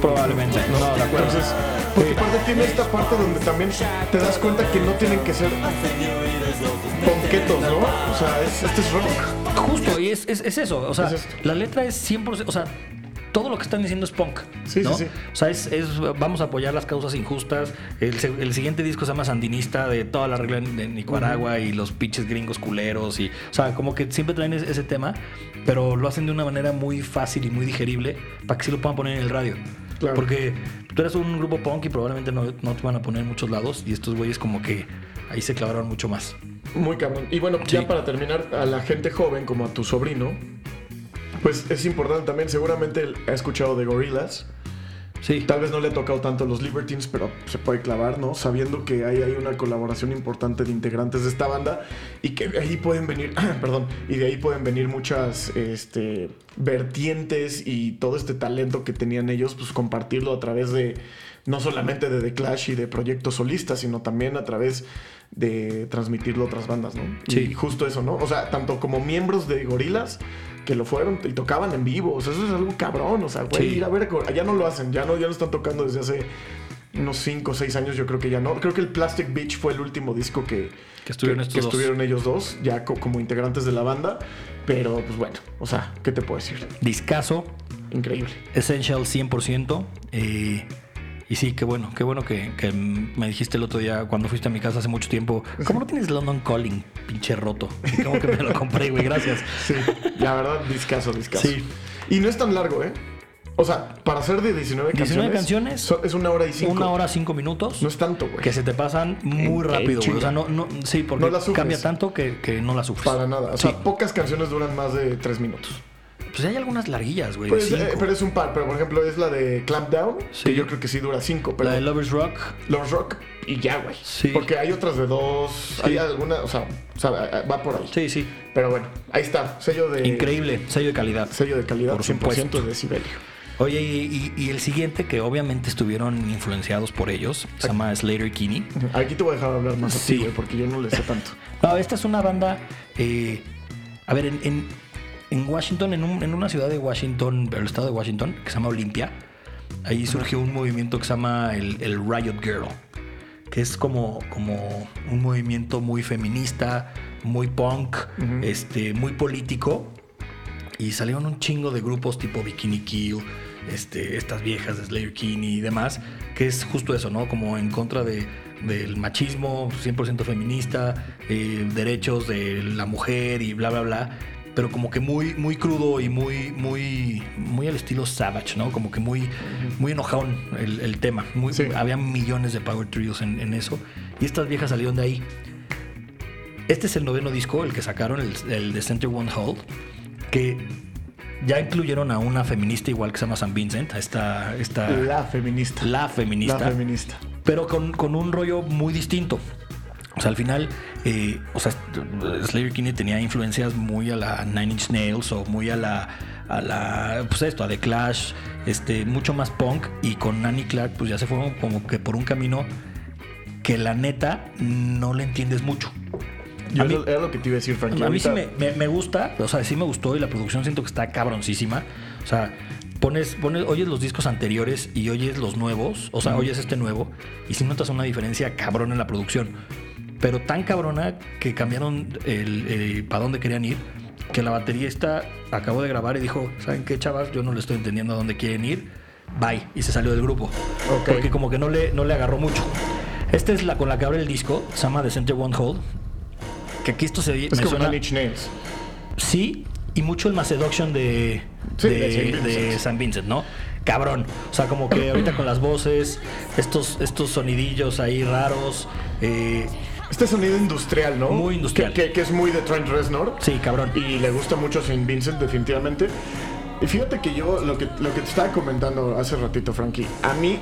Speaker 1: Probablemente. No, de acuerdo.
Speaker 2: Entonces, porque aparte tiene esta parte donde también te das cuenta que no tienen que ser ponquetos, ¿no? O sea, es, este es rock.
Speaker 1: Justo, y es, es- es eso. O sea,
Speaker 2: Es esto.
Speaker 1: la letra es 100%. O sea, todo lo que están diciendo es punk.
Speaker 2: Sí, sí,
Speaker 1: ¿no?
Speaker 2: sí.
Speaker 1: O sea, es, es, vamos a apoyar las causas injustas. El, se- el siguiente disco se llama Sandinista, de toda la regla en, en Nicaragua y los pinches gringos culeros. Y, o sea, como que siempre traen es- ese, tema, pero lo hacen de una manera muy fácil y muy digerible para que sí lo puedan poner en el radio.
Speaker 2: Claro.
Speaker 1: Porque tú eres un grupo punk y probablemente no, no te van a poner en muchos lados. Y estos güeyes, como que ahí se clavaron mucho más.
Speaker 2: Muy cabrón. Y bueno,
Speaker 1: Sí.
Speaker 2: ya para terminar, a la gente joven, como a tu sobrino, pues es importante también, seguramente él ha escuchado de Gorillaz.
Speaker 1: Sí.
Speaker 2: Tal vez no le ha tocado tanto a los Libertines, pero se puede clavar, ¿no? Sabiendo que ahí hay una colaboración importante de integrantes de esta banda y que de ahí pueden venir, <clears throat> perdón, y de ahí pueden venir muchas este, vertientes y todo este talento que tenían ellos, pues compartirlo a través de, no solamente de The Clash y de proyectos solistas, sino también a través de transmitirlo a otras bandas, ¿no?
Speaker 1: Sí.
Speaker 2: Y justo eso, ¿no? O sea, tanto como miembros de Gorilas que lo fueron y tocaban en vivo, o sea, eso es algo cabrón, o sea, güey,
Speaker 1: Sí.
Speaker 2: ir a ver, Gor- ya no lo hacen, ya no, ya lo están tocando desde hace unos 5 o 6 años, yo creo que ya no. Creo que el Plastic Beach fue el último disco que,
Speaker 1: Que estuvieron estos dos.
Speaker 2: estuvieron ellos dos, ya co- como integrantes de la banda, pero pues bueno, o sea, ¿qué te puedo decir?
Speaker 1: Discaso,
Speaker 2: Increíble.
Speaker 1: Essential 100%. eh, y sí, qué bueno, qué bueno que, que me dijiste el otro día cuando fuiste a mi casa hace mucho tiempo. ¿Cómo no tienes London Calling, pinche roto? Y como que me lo compré, güey, gracias.
Speaker 2: Sí, <laughs> la verdad, discaso, discaso.
Speaker 1: Sí.
Speaker 2: Y no es tan largo, ¿eh? O sea, para ser de 19 canciones.
Speaker 1: 19 canciones,
Speaker 2: so- es una hora y cinco.
Speaker 1: Una hora, cinco minutos.
Speaker 2: No es tanto, güey.
Speaker 1: que se te pasan muy
Speaker 2: Ok,
Speaker 1: rápido, güey. O
Speaker 2: chinga.
Speaker 1: sea, no, no, sí, porque
Speaker 2: No la sufres.
Speaker 1: cambia tanto que, que no la sufres.
Speaker 2: Para nada. O
Speaker 1: Sí.
Speaker 2: sea, pocas canciones duran más de tres minutos.
Speaker 1: Pues hay algunas larguillas, güey. de
Speaker 2: Pues, eh,
Speaker 1: cinco.
Speaker 2: pero es un par. Pero por ejemplo, es la de Clampdown.
Speaker 1: Sí.
Speaker 2: Que yo creo que sí dura cinco. Pero
Speaker 1: La de Lover's Rock.
Speaker 2: Los Rock y ya, güey.
Speaker 1: Sí.
Speaker 2: Porque hay otras de dos. Hay alguna. O sea, o sea, va por ahí.
Speaker 1: Sí, sí.
Speaker 2: Pero bueno, ahí está. Sello de.
Speaker 1: Increíble, sello de calidad.
Speaker 2: Sello de calidad
Speaker 1: Por
Speaker 2: 100%
Speaker 1: supuesto.
Speaker 2: de Sibelio.
Speaker 1: Oye, y, y- y el siguiente, que obviamente estuvieron influenciados por ellos, se llama Slater Kinney.
Speaker 2: Aquí te voy a dejar hablar más a
Speaker 1: Sí.
Speaker 2: ti, güey, porque yo no le sé
Speaker 1: <laughs>
Speaker 2: tanto.
Speaker 1: No, esta es una banda. eh, a ver, en, en- en Washington, en, un- en una ciudad de Washington, el estado de Washington, que se llama Olimpia, ahí surgió un movimiento que se llama el, el Riot Girl, que es como, como un movimiento muy feminista, muy punk,
Speaker 2: Ujú.
Speaker 1: este, muy político. Y salieron un chingo de grupos tipo Bikini Kill, este, estas viejas de Slayer Kinney y demás, que es justo eso, ¿no? Como en contra de, del machismo, 100% feminista, eh, derechos de la mujer y bla, bla, bla. Pero como que muy, muy crudo y muy, muy, muy al estilo Savage, ¿no? Como que muy, muy enojón el, el tema. Muy,
Speaker 2: Sí.
Speaker 1: Había millones de Power Trios en, en eso. Y estas viejas salieron de ahí. Este es el noveno disco, el que sacaron, el, el de Center One Hold, que ya incluyeron a una feminista igual que se llama San Vincent, a esta, esta la,
Speaker 2: La feminista.
Speaker 1: Ah. feminista,
Speaker 2: La feminista.
Speaker 1: pero con, con un rollo muy distinto. O sea, al final, eh, o sea, Slayer Kinney tenía influencias muy a la Nine Inch Nails o muy a la, a la, pues esto, a The Clash, este, mucho más punk y con Nanny Clark, pues ya se fueron como que por un camino que la neta no le entiendes mucho.
Speaker 2: Yo
Speaker 1: A mí-
Speaker 2: era, era lo que te iba a decir, Frankie.
Speaker 1: A mí sí
Speaker 2: Ahorita-
Speaker 1: me, me- me gusta, o sea, sí me gustó y la producción siento que está cabroncísima. O sea, pones, pones, oyes los discos anteriores y oyes los nuevos, o sea, oyes este nuevo y sí notas una diferencia cabrona en la producción. Pero tan cabrona que cambiaron el, para dónde querían ir, que la baterista acabó de grabar y dijo, ¿saben qué, chavas? Yo no le estoy entendiendo a dónde quieren ir. Bye. Y se salió del grupo.
Speaker 2: Ok.
Speaker 1: Porque como que no le, no le agarró mucho. Esta es la con la que abre el disco, se llama The Center One Hold. Que aquí esto se
Speaker 2: Es
Speaker 1: me
Speaker 2: como
Speaker 1: suena-
Speaker 2: Nine Inch Nails.
Speaker 1: Sí, y mucho el más seduction de,
Speaker 2: Sí,
Speaker 1: de,
Speaker 2: de Saint Vincent.
Speaker 1: de San Vincent, ¿no? Cabrón. O sea, como que ahorita con las voces, estos, estos sonidillos ahí raros. eh,
Speaker 2: Este sonido industrial, ¿no?
Speaker 1: Muy industrial.
Speaker 2: Que, que- que es muy de Trent Reznor.
Speaker 1: sí, cabrón.
Speaker 2: Y le gusta mucho Saint Vincent, definitivamente. Y fíjate que yo, lo que, lo que te estaba comentando hace ratito, Frankie, a mí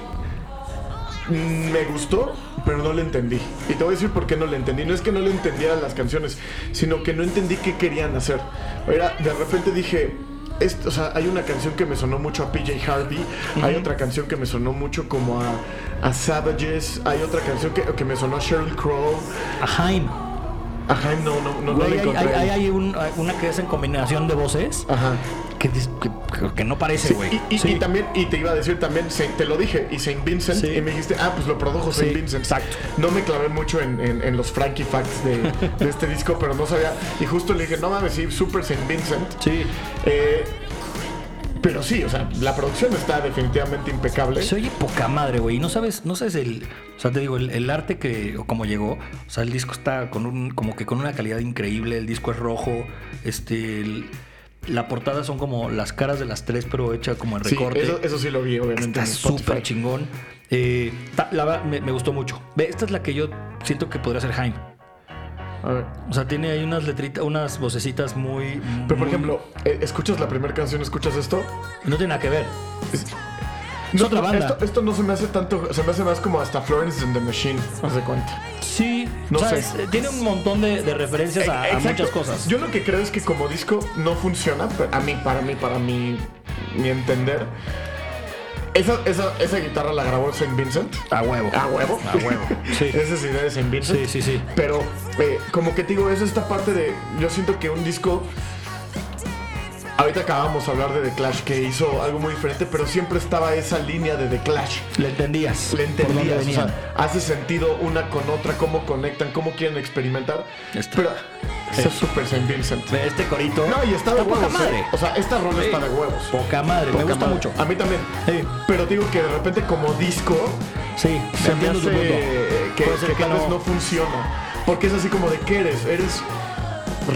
Speaker 2: mm, me gustó, pero no le entendí. Y te voy a decir por qué no le entendí. No es que no le entendiera las canciones, sino que no entendí qué querían hacer. Era, de repente dije. esto- o sea, hay una canción que me sonó mucho a PJ Harvey, hay otra canción que me sonó mucho como a, a Savages, hay otra canción que, que me sonó a Sheryl Crow.
Speaker 1: A Haim.
Speaker 2: Ajá, no, no, no, no
Speaker 1: Güey,
Speaker 2: le
Speaker 1: hay,
Speaker 2: encontré.
Speaker 1: hay- hay un- hay una que es en combinación de voces
Speaker 2: Ajá.
Speaker 1: que, dis- que- que no parece,
Speaker 2: Sí,
Speaker 1: güey.
Speaker 2: y, y- y también, y te iba a decir también, Saint- te lo dije, y Saint Vincent,
Speaker 1: Sí.
Speaker 2: y me dijiste, ah, pues lo produjo Saint
Speaker 1: Sí,
Speaker 2: Vincent.
Speaker 1: exacto.
Speaker 2: No me clavé mucho en, en- en los Frankie Facts de, de este disco, pero no sabía. Y justo le dije, no mames, sí, super Saint Vincent.
Speaker 1: Sí.
Speaker 2: Eh, pero sí, o sea, la producción está definitivamente impecable.
Speaker 1: Se oye poca madre, güey. Y No sabes, no sabes el. O sea, te digo, el, el arte que. o cómo llegó. O sea, el disco está con un. como que con una calidad increíble. El disco es rojo. Este. el- la portada son como las caras de las tres, pero hecha como en
Speaker 2: Sí,
Speaker 1: recorte.
Speaker 2: eso, eso sí lo vi, obviamente.
Speaker 1: Está
Speaker 2: en Spotify.
Speaker 1: súper chingón. Eh, ta- la verdad, me, me gustó mucho. Ve, esta es la que yo siento que podría ser Jaime.
Speaker 2: A ver.
Speaker 1: O sea, tiene ahí unas letritas, unas vocecitas muy.
Speaker 2: Pero por
Speaker 1: muy-
Speaker 2: ejemplo, eh, ¿escuchas la primera canción? ¿Escuchas esto?
Speaker 1: No tiene nada que ver.
Speaker 2: Es-
Speaker 1: Es otra banda.
Speaker 2: Esto, esto no se me hace tanto, se me hace más como hasta Florence and the Machine, haz de cuenta.
Speaker 1: Sí,
Speaker 2: No
Speaker 1: ¿sabes?
Speaker 2: sé.
Speaker 1: eh, Tiene un montón de, de referencias a- a
Speaker 2: Exacto.
Speaker 1: muchas cosas.
Speaker 2: Yo lo que creo es que como disco no funciona, pero a mí, para mí, para mí, mi entender. Esa, esa, esa guitarra la grabó Saint Vincent.
Speaker 1: A huevo.
Speaker 2: A huevo.
Speaker 1: A
Speaker 2: <laughs>
Speaker 1: huevo. Sí.
Speaker 2: Esa es idea de Saint Vincent.
Speaker 1: Sí, sí, sí.
Speaker 2: Pero eh, como que te digo, es esta parte de. Yo siento que un disco. Ahorita acabamos de hablar de The Clash, que hizo algo muy diferente, pero siempre estaba esa línea de The Clash.
Speaker 1: Le entendías.
Speaker 2: Le
Speaker 1: por dónde
Speaker 2: entendías, o
Speaker 1: venían.
Speaker 2: sea, hace sentido una con otra, cómo conectan, cómo quieren experimentar.
Speaker 1: Está.
Speaker 2: Pero eso es súper Saint Vincent.
Speaker 1: Ve este corito.
Speaker 2: No, y está de
Speaker 1: poca
Speaker 2: huevos.
Speaker 1: madre.
Speaker 2: ¿eh? O sea, esta rola
Speaker 1: Sí.
Speaker 2: está de huevos.
Speaker 1: poca madre.
Speaker 2: Poca
Speaker 1: me gusta
Speaker 2: madre. Ah,
Speaker 1: mucho.
Speaker 2: A mí también.
Speaker 1: Sí.
Speaker 2: Pero digo que de repente como disco,
Speaker 1: Sí,
Speaker 2: se me
Speaker 1: entiendo
Speaker 2: hace
Speaker 1: tu punto.
Speaker 2: que,
Speaker 1: Puede ser
Speaker 2: que
Speaker 1: que
Speaker 2: tal
Speaker 1: no.
Speaker 2: vez no funciona. Porque es así como de qué eres. Eres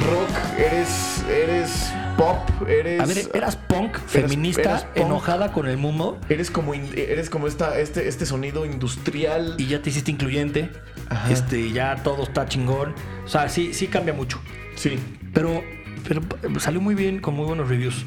Speaker 2: rock, eres, eres pop, eres...
Speaker 1: A ver, eh. eras punk, feminista,
Speaker 2: eras punk.
Speaker 1: enojada con el mundo
Speaker 2: Eres como, in- eres como esta, este, este sonido industrial.
Speaker 1: y ya te hiciste incluyente.
Speaker 2: Ajá.
Speaker 1: Este, ya todo está chingón. O sea, sí, sí cambia mucho.
Speaker 2: Sí.
Speaker 1: Pero, pero eh, salió muy bien, con muy buenos reviews.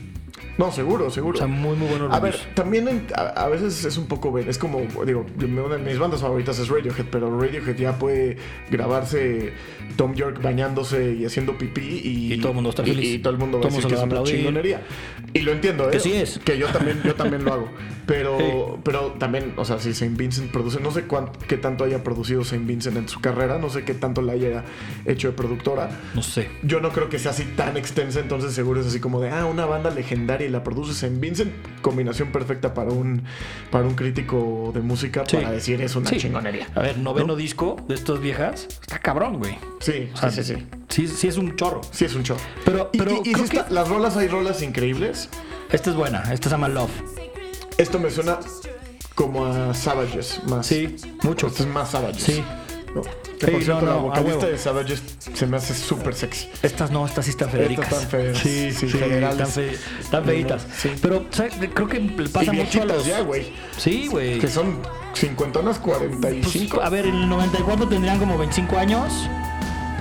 Speaker 2: No, seguro, seguro.
Speaker 1: O sea, muy, muy buenos
Speaker 2: A ver,
Speaker 1: reviews.
Speaker 2: también en- a, a veces es un poco ver, es como, digo, una de mis bandas favoritas es Radiohead, pero Radiohead ya puede grabarse Tom York bañándose y haciendo pipí y,
Speaker 1: Y todo el mundo está
Speaker 2: y-
Speaker 1: feliz.
Speaker 2: Y, todo el mundo va a
Speaker 1: Todo el
Speaker 2: decir
Speaker 1: mundo
Speaker 2: que es
Speaker 1: se lo va a
Speaker 2: una
Speaker 1: aplaudir.
Speaker 2: chingonería. Y lo entiendo, ¿eh?
Speaker 1: Que sí es.
Speaker 2: Que yo también, yo también lo hago. Pero,
Speaker 1: <laughs> Sí.
Speaker 2: pero también, o sea, si Saint Vincent produce, no sé cuán- qué tanto haya producido Saint Vincent en su carrera, no sé qué tanto la haya hecho de productora.
Speaker 1: No sé.
Speaker 2: Yo no creo que sea así tan extensa, entonces seguro es así como de, ah, una banda legendaria y la produces en Vincent. Combinación perfecta para un, para un crítico de música
Speaker 1: Sí.
Speaker 2: para decir es una
Speaker 1: Sí.
Speaker 2: chingonería.
Speaker 1: A ver, noveno disco de estas viejas. Está cabrón, güey.
Speaker 2: Sí,
Speaker 1: O sea,
Speaker 2: sí, sí, sí.
Speaker 1: sí. Sí es un chorro.
Speaker 2: Sí, es un show.
Speaker 1: Pero-
Speaker 2: Y-
Speaker 1: pero
Speaker 2: y- y sí
Speaker 1: creo
Speaker 2: está-
Speaker 1: que-
Speaker 2: las rolas hay rolas increíbles.
Speaker 1: Esta es buena. Esta se llama Love.
Speaker 2: Esto me suena como a Savages más.
Speaker 1: Sí, mucho.
Speaker 2: Esto es más Savages.
Speaker 1: Sí.
Speaker 2: No. Que,
Speaker 1: Sí,
Speaker 2: por
Speaker 1: no,
Speaker 2: cierto,
Speaker 1: no,
Speaker 2: la
Speaker 1: a
Speaker 2: vocalista
Speaker 1: huevo.
Speaker 2: de Savages se me hace súper sexy.
Speaker 1: Estas no, estas sí están federicas.
Speaker 2: Estas están feas.
Speaker 1: Sí, sí,
Speaker 2: Sí, generales.
Speaker 1: están, fe- están
Speaker 2: No,
Speaker 1: feitas.
Speaker 2: no, sí.
Speaker 1: Pero ¿sabes? creo que le pasa
Speaker 2: y
Speaker 1: mucho a
Speaker 2: viejitas
Speaker 1: los...
Speaker 2: ya, güey.
Speaker 1: Sí, güey.
Speaker 2: Que son cincuentonas,
Speaker 1: Pues,
Speaker 2: 45.
Speaker 1: a ver, en el 94 tendrían como 25 años.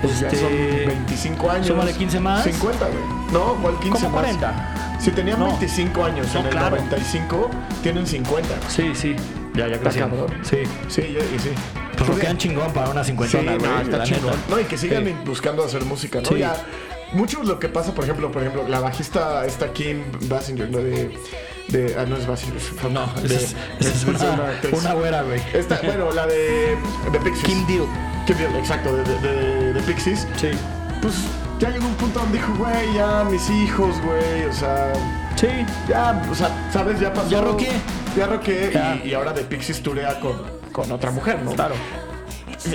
Speaker 2: Pues ya son
Speaker 1: Este,
Speaker 2: 25 años.
Speaker 1: súmale 15 más.
Speaker 2: 50, güey. No, ¿cuál 15
Speaker 1: Como
Speaker 2: más?
Speaker 1: 40.
Speaker 2: Si tenían
Speaker 1: No.
Speaker 2: 25 años
Speaker 1: No,
Speaker 2: en el
Speaker 1: claro.
Speaker 2: 95, tienen 50. güey.
Speaker 1: Sí, sí. Ya, ya
Speaker 2: Está
Speaker 1: crecieron.
Speaker 2: cabrón.
Speaker 1: Sí.
Speaker 2: Sí, ya- y sí.
Speaker 1: Pues rockean chingón para una
Speaker 2: Sí,
Speaker 1: cincuentona, güey.
Speaker 2: no, está
Speaker 1: la
Speaker 2: chingón.
Speaker 1: neta.
Speaker 2: No, y que sigan
Speaker 1: Sí.
Speaker 2: buscando hacer música, ¿no?
Speaker 1: Sí.
Speaker 2: Ya, mucho lo que pasa, por ejemplo, por ejemplo, la bajista está Kim Basinger, ¿no? De, de- ah, no es Basinger.
Speaker 1: No, esa
Speaker 2: de-
Speaker 1: es, esa es una,
Speaker 2: actriz.
Speaker 1: una güera, güey.
Speaker 2: Esta, bueno, la de, de Pixies.
Speaker 1: Kim Deal.
Speaker 2: Kim Deal, exacto, de, de, de- de Pixies.
Speaker 1: Sí.
Speaker 2: Pues ya llegó un punto donde dijo, güey, ya mis hijos, güey, o sea,
Speaker 1: Sí.
Speaker 2: ya, o sea, sabes, ya pasó.
Speaker 1: Ya roqué.
Speaker 2: Ya roqué
Speaker 1: Ya.
Speaker 2: y, y ahora de Pixies turea con, con otra mujer, ¿no?
Speaker 1: Claro.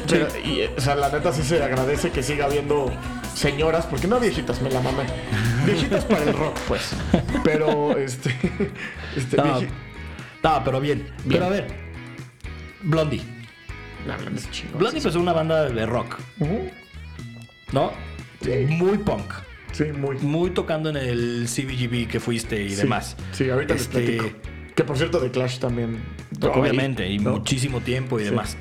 Speaker 2: Pero, y, eh, o sea, la neta sí se agradece que siga habiendo señoras, porque no viejitas, me la mamé. Viejitas para el rock, pues. Pero, este. <laughs> este
Speaker 1: No,
Speaker 2: vieji-
Speaker 1: no, pero bien. Pero a ver. Blondie.
Speaker 2: La verdad es chingón.
Speaker 1: Blondie pues es una banda de rock,
Speaker 2: Ujú.
Speaker 1: ¿no?
Speaker 2: Sí.
Speaker 1: Muy punk.
Speaker 2: Sí, muy.
Speaker 1: Muy tocando en el CBGB que fuiste y
Speaker 2: Sí.
Speaker 1: demás.
Speaker 2: Sí, ahorita
Speaker 1: Este,
Speaker 2: les platico. Que por cierto, The Clash también. tocó ahí,
Speaker 1: Obviamente, y
Speaker 2: ¿no?
Speaker 1: muchísimo tiempo y demás.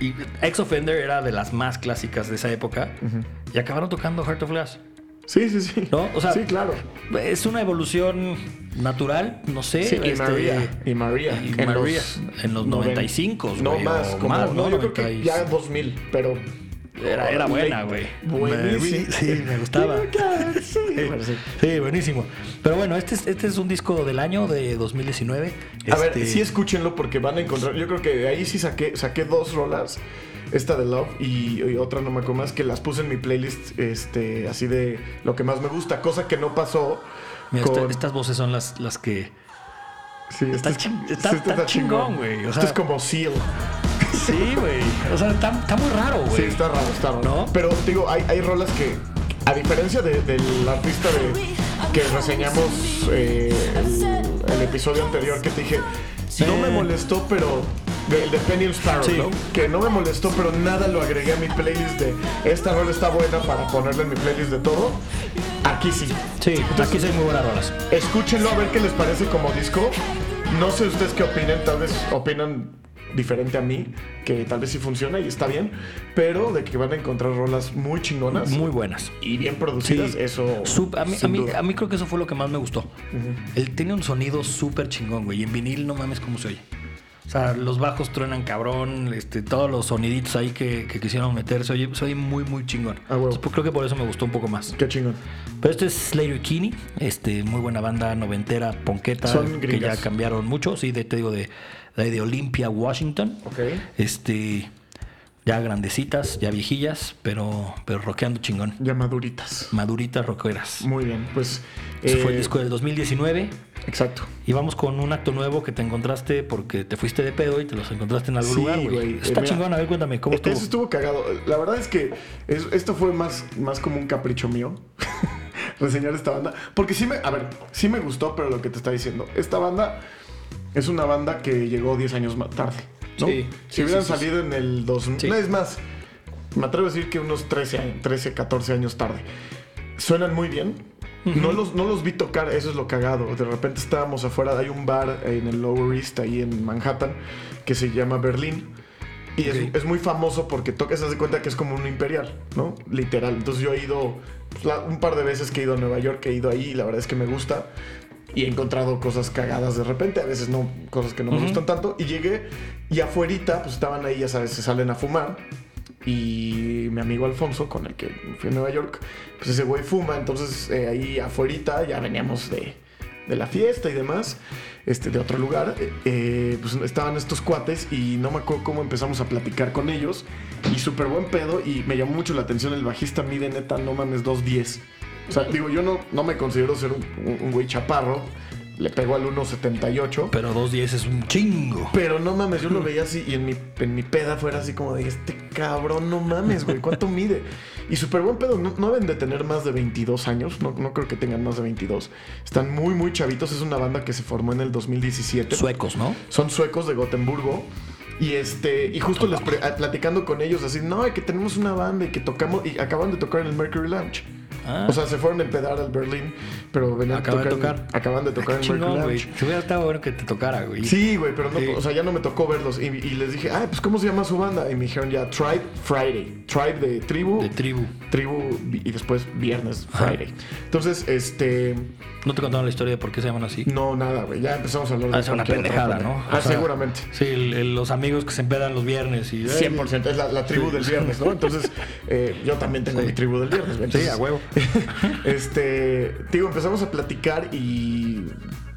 Speaker 1: Y Ex Offender era de las más clásicas de esa época. Y acabaron tocando Heart of Glass.
Speaker 2: Sí, sí, sí.
Speaker 1: ¿No? O sea-
Speaker 2: sí, claro.
Speaker 1: Es una evolución natural, no sé.
Speaker 2: Sí, y
Speaker 1: este,
Speaker 2: María. Y María.
Speaker 1: y María, en los 95,
Speaker 2: No
Speaker 1: güey,
Speaker 2: más,
Speaker 1: o
Speaker 2: como.
Speaker 1: más,
Speaker 2: no,
Speaker 1: ¿no?
Speaker 2: yo creo que
Speaker 1: 96.
Speaker 2: ya 2000, pero.
Speaker 1: Era, era buena, güey.
Speaker 2: Buenísimo.
Speaker 1: Sí, me gustaba.
Speaker 2: <laughs> Sí, bueno, sí.
Speaker 1: Sí, buenísimo. Pero bueno, este es, este es un disco del año de 2019.
Speaker 2: A ver,
Speaker 1: Este,
Speaker 2: sí escúchenlo porque van a encontrar. Yo creo que de ahí sí saqué, saqué dos rolas. Esta de Love y, y otra no me acuerdo más que las puse en mi playlist este así de lo que más me gusta, cosa que no pasó.
Speaker 1: mira,
Speaker 2: con-
Speaker 1: esta- estas voces son las, las que.
Speaker 2: sí,
Speaker 1: está
Speaker 2: este es-
Speaker 1: ching-
Speaker 2: este
Speaker 1: está- está chingón, güey, o
Speaker 2: Esto
Speaker 1: sea-
Speaker 2: es como Seal.
Speaker 1: Sí, güey. O sea, está, está muy raro, güey.
Speaker 2: Sí, está raro, está raro.
Speaker 1: ¿No?
Speaker 2: Pero digo, hay, hay rolas que, a diferencia de- del artista de, que reseñamos eh, el, el episodio anterior que te dije, no me
Speaker 1: Eh.
Speaker 2: molestó, pero. de- El de Penny and Sparrow,
Speaker 1: Sí.
Speaker 2: ¿no? Que no me molestó, pero nada lo agregué a mi playlist de esta rola está buena para ponerla en mi playlist de todo. Aquí sí.
Speaker 1: Sí, aquí sí hay muy buenas rolas.
Speaker 2: Escúchenlo a ver qué les parece como disco. No sé ustedes qué opinen, tal vez opinan diferente a mí, que tal vez sí funciona y está bien, pero de que van a encontrar rolas muy chingonas
Speaker 1: Muy buenas.
Speaker 2: y bien producidas,
Speaker 1: Sí.
Speaker 2: eso.
Speaker 1: Sup- a, mí, a,
Speaker 2: sin
Speaker 1: mí,
Speaker 2: duda.
Speaker 1: a mí creo que eso fue lo que más me gustó. Él tiene un sonido súper chingón, güey. Y en vinil no mames cómo se oye. O sea, los bajos truenan cabrón, este, todos los soniditos ahí que, que quisieron meter, se oye, se oye muy, muy chingón.
Speaker 2: Ah, huevo.
Speaker 1: Entonces, pues, creo que por eso me gustó un poco más.
Speaker 2: Qué chingón.
Speaker 1: Pero este es Slater Kinney, este, muy buena banda noventera, ponqueta,
Speaker 2: Son
Speaker 1: que ya
Speaker 2: gringas.
Speaker 1: cambiaron mucho, sí, de, te digo, de, de, ahí de Olympia, Washington.
Speaker 2: Ok.
Speaker 1: Este, ya grandecitas, ya viejillas, pero, pero rockeando chingón.
Speaker 2: Llamaduritas.
Speaker 1: Maduritas rockeras.
Speaker 2: Muy bien, pues.
Speaker 1: Ese fue
Speaker 2: eh,
Speaker 1: el disco del 2019.
Speaker 2: Exacto.
Speaker 1: Y vamos con un acto nuevo que te encontraste porque te fuiste de pedo y te los encontraste en algún
Speaker 2: Sí,
Speaker 1: lugar,
Speaker 2: güey.
Speaker 1: güey.
Speaker 2: Eh,
Speaker 1: Está
Speaker 2: mira, Este
Speaker 1: chingón, a ver, cuéntame, ¿cómo
Speaker 2: Eso
Speaker 1: estuvo?
Speaker 2: estuvo cagado. La verdad es que es- esto fue más, más como un capricho mío. <laughs> reseñar esta banda. Porque sí me. A ver, sí me gustó, pero lo que te está diciendo. Esta banda es una banda que llegó 10 años más tarde. ¿no?
Speaker 1: Sí,
Speaker 2: si
Speaker 1: sí,
Speaker 2: hubieran
Speaker 1: sí, sí.
Speaker 2: salido en el 2000.
Speaker 1: Sí.
Speaker 2: No, es más, me atrevo a decir que unos 13, años- 13 14 años tarde. Suenan muy bien. No los, no los vi tocar, eso es lo cagado. De repente estábamos afuera, hay un bar en el Lower East, ahí en Manhattan, que se llama Berlín Y es-
Speaker 1: Ok.
Speaker 2: es, muy famoso porque tocas, se de cuenta que es como un imperial, ¿no? Literal. Entonces yo he ido pues, la- un par de veces que he ido a Nueva York, he ido ahí y la verdad es que me gusta. Y he encontrado cosas cagadas de repente, a veces no, cosas que no me gustan tanto. Y llegué y afuerita, pues estaban ahí, ya sabes, se salen a fumar. Y mi amigo Alfonso, con el que fui a Nueva York, pues ese güey fuma. Entonces eh, ahí afuerita ya veníamos de, de la fiesta y demás, este, de otro lugar, eh, eh, pues estaban estos cuates y no me acuerdo cómo empezamos a platicar con ellos. Y súper buen pedo y me llamó mucho la atención el bajista mide neta, no mames, 2.10. O sea, digo, yo no, no me considero ser un, un- un güey chaparro, le pego al 1.78.
Speaker 1: Pero 210 es un chingo.
Speaker 2: Pero no mames, yo lo veía así y en mi, en mi peda fuera así como de este cabrón, no mames, güey, ¿cuánto mide? Y súper buen pedo, no, no deben de tener más de 22 años, no, no creo que tengan más de 22. Están muy, muy chavitos, es una banda que se formó en el 2017.
Speaker 1: Suecos, ¿no?
Speaker 2: Son suecos de Gotemburgo. Y este, y justo les pre- a- platicando con ellos así, no, que tenemos una banda y que tocamos, y acaban de tocar en el Mercury Lounge.
Speaker 1: Ah.
Speaker 2: O sea, se fueron a empedar al Berlín, pero venían a
Speaker 1: Acaban de
Speaker 2: tocar en-
Speaker 1: tocar.
Speaker 2: Acaban de tocar
Speaker 1: Ah,
Speaker 2: en
Speaker 1: qué
Speaker 2: el Mercury
Speaker 1: chingón, güey.
Speaker 2: Lounge.
Speaker 1: Si hubiera estado bueno que te tocara, güey.
Speaker 2: Sí, güey, pero no,
Speaker 1: Sí.
Speaker 2: o sea, ya no me tocó verlos. Y, y les dije, ah, pues ¿cómo se llama su banda? Y me dijeron ya Tribe Friday. Tribe de tribu.
Speaker 1: De tribu.
Speaker 2: Tribu y después viernes Friday. Entonces, este.
Speaker 1: No te contaron la historia de por qué se llaman así.
Speaker 2: No, nada, güey. Ya empezamos a hablar
Speaker 1: Ah, es una
Speaker 2: cualquier otra
Speaker 1: pendejada, ¿no?
Speaker 2: cosa.
Speaker 1: O
Speaker 2: Ah,
Speaker 1: sea,
Speaker 2: seguramente.
Speaker 1: Sí, el- el- los amigos que se empedan los viernes y...
Speaker 2: 100%. Es la, la tribu del viernes, ¿no? Entonces, eh, yo también tengo mi tribu del viernes. güey.
Speaker 1: Sí,
Speaker 2: Entonces,
Speaker 1: a huevo.
Speaker 2: <laughs> este, te digo, empezamos a platicar y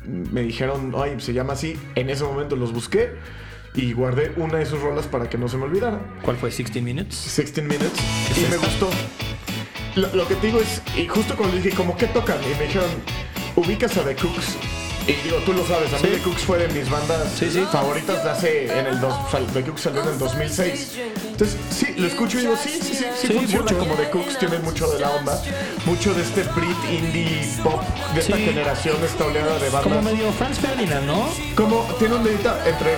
Speaker 2: me dijeron, ay, se llama así. En ese momento los busqué y guardé una de sus rolas para que no se me olvidara.
Speaker 1: ¿Cuál fue? ¿16 Minutes?
Speaker 2: 16 Minutes
Speaker 1: ¿Qué
Speaker 2: y
Speaker 1: es
Speaker 2: me
Speaker 1: esta?
Speaker 2: gustó. Lo, lo que te digo es, y justo cuando dije, como qué tocan? Y me dijeron, ubicas a The Cooks. Y digo, tú lo sabes, a mí
Speaker 1: Sí.
Speaker 2: The Cooks fue de mis bandas
Speaker 1: Sí, sí.
Speaker 2: favoritas de hace, en el dos, sal- The Cooks salió en el 2006. Entonces, sí, lo escucho y digo, sí, sí, sí, sí,
Speaker 1: Sí,
Speaker 2: funciona
Speaker 1: mucho.
Speaker 2: como The Cooks, tiene mucho de la onda, mucho de este Brit indie pop de esta
Speaker 1: Sí.
Speaker 2: generación, esta oleada de bandas.
Speaker 1: Como medio Franz Ferdinand, ¿no?
Speaker 2: Como tiene un dedito entre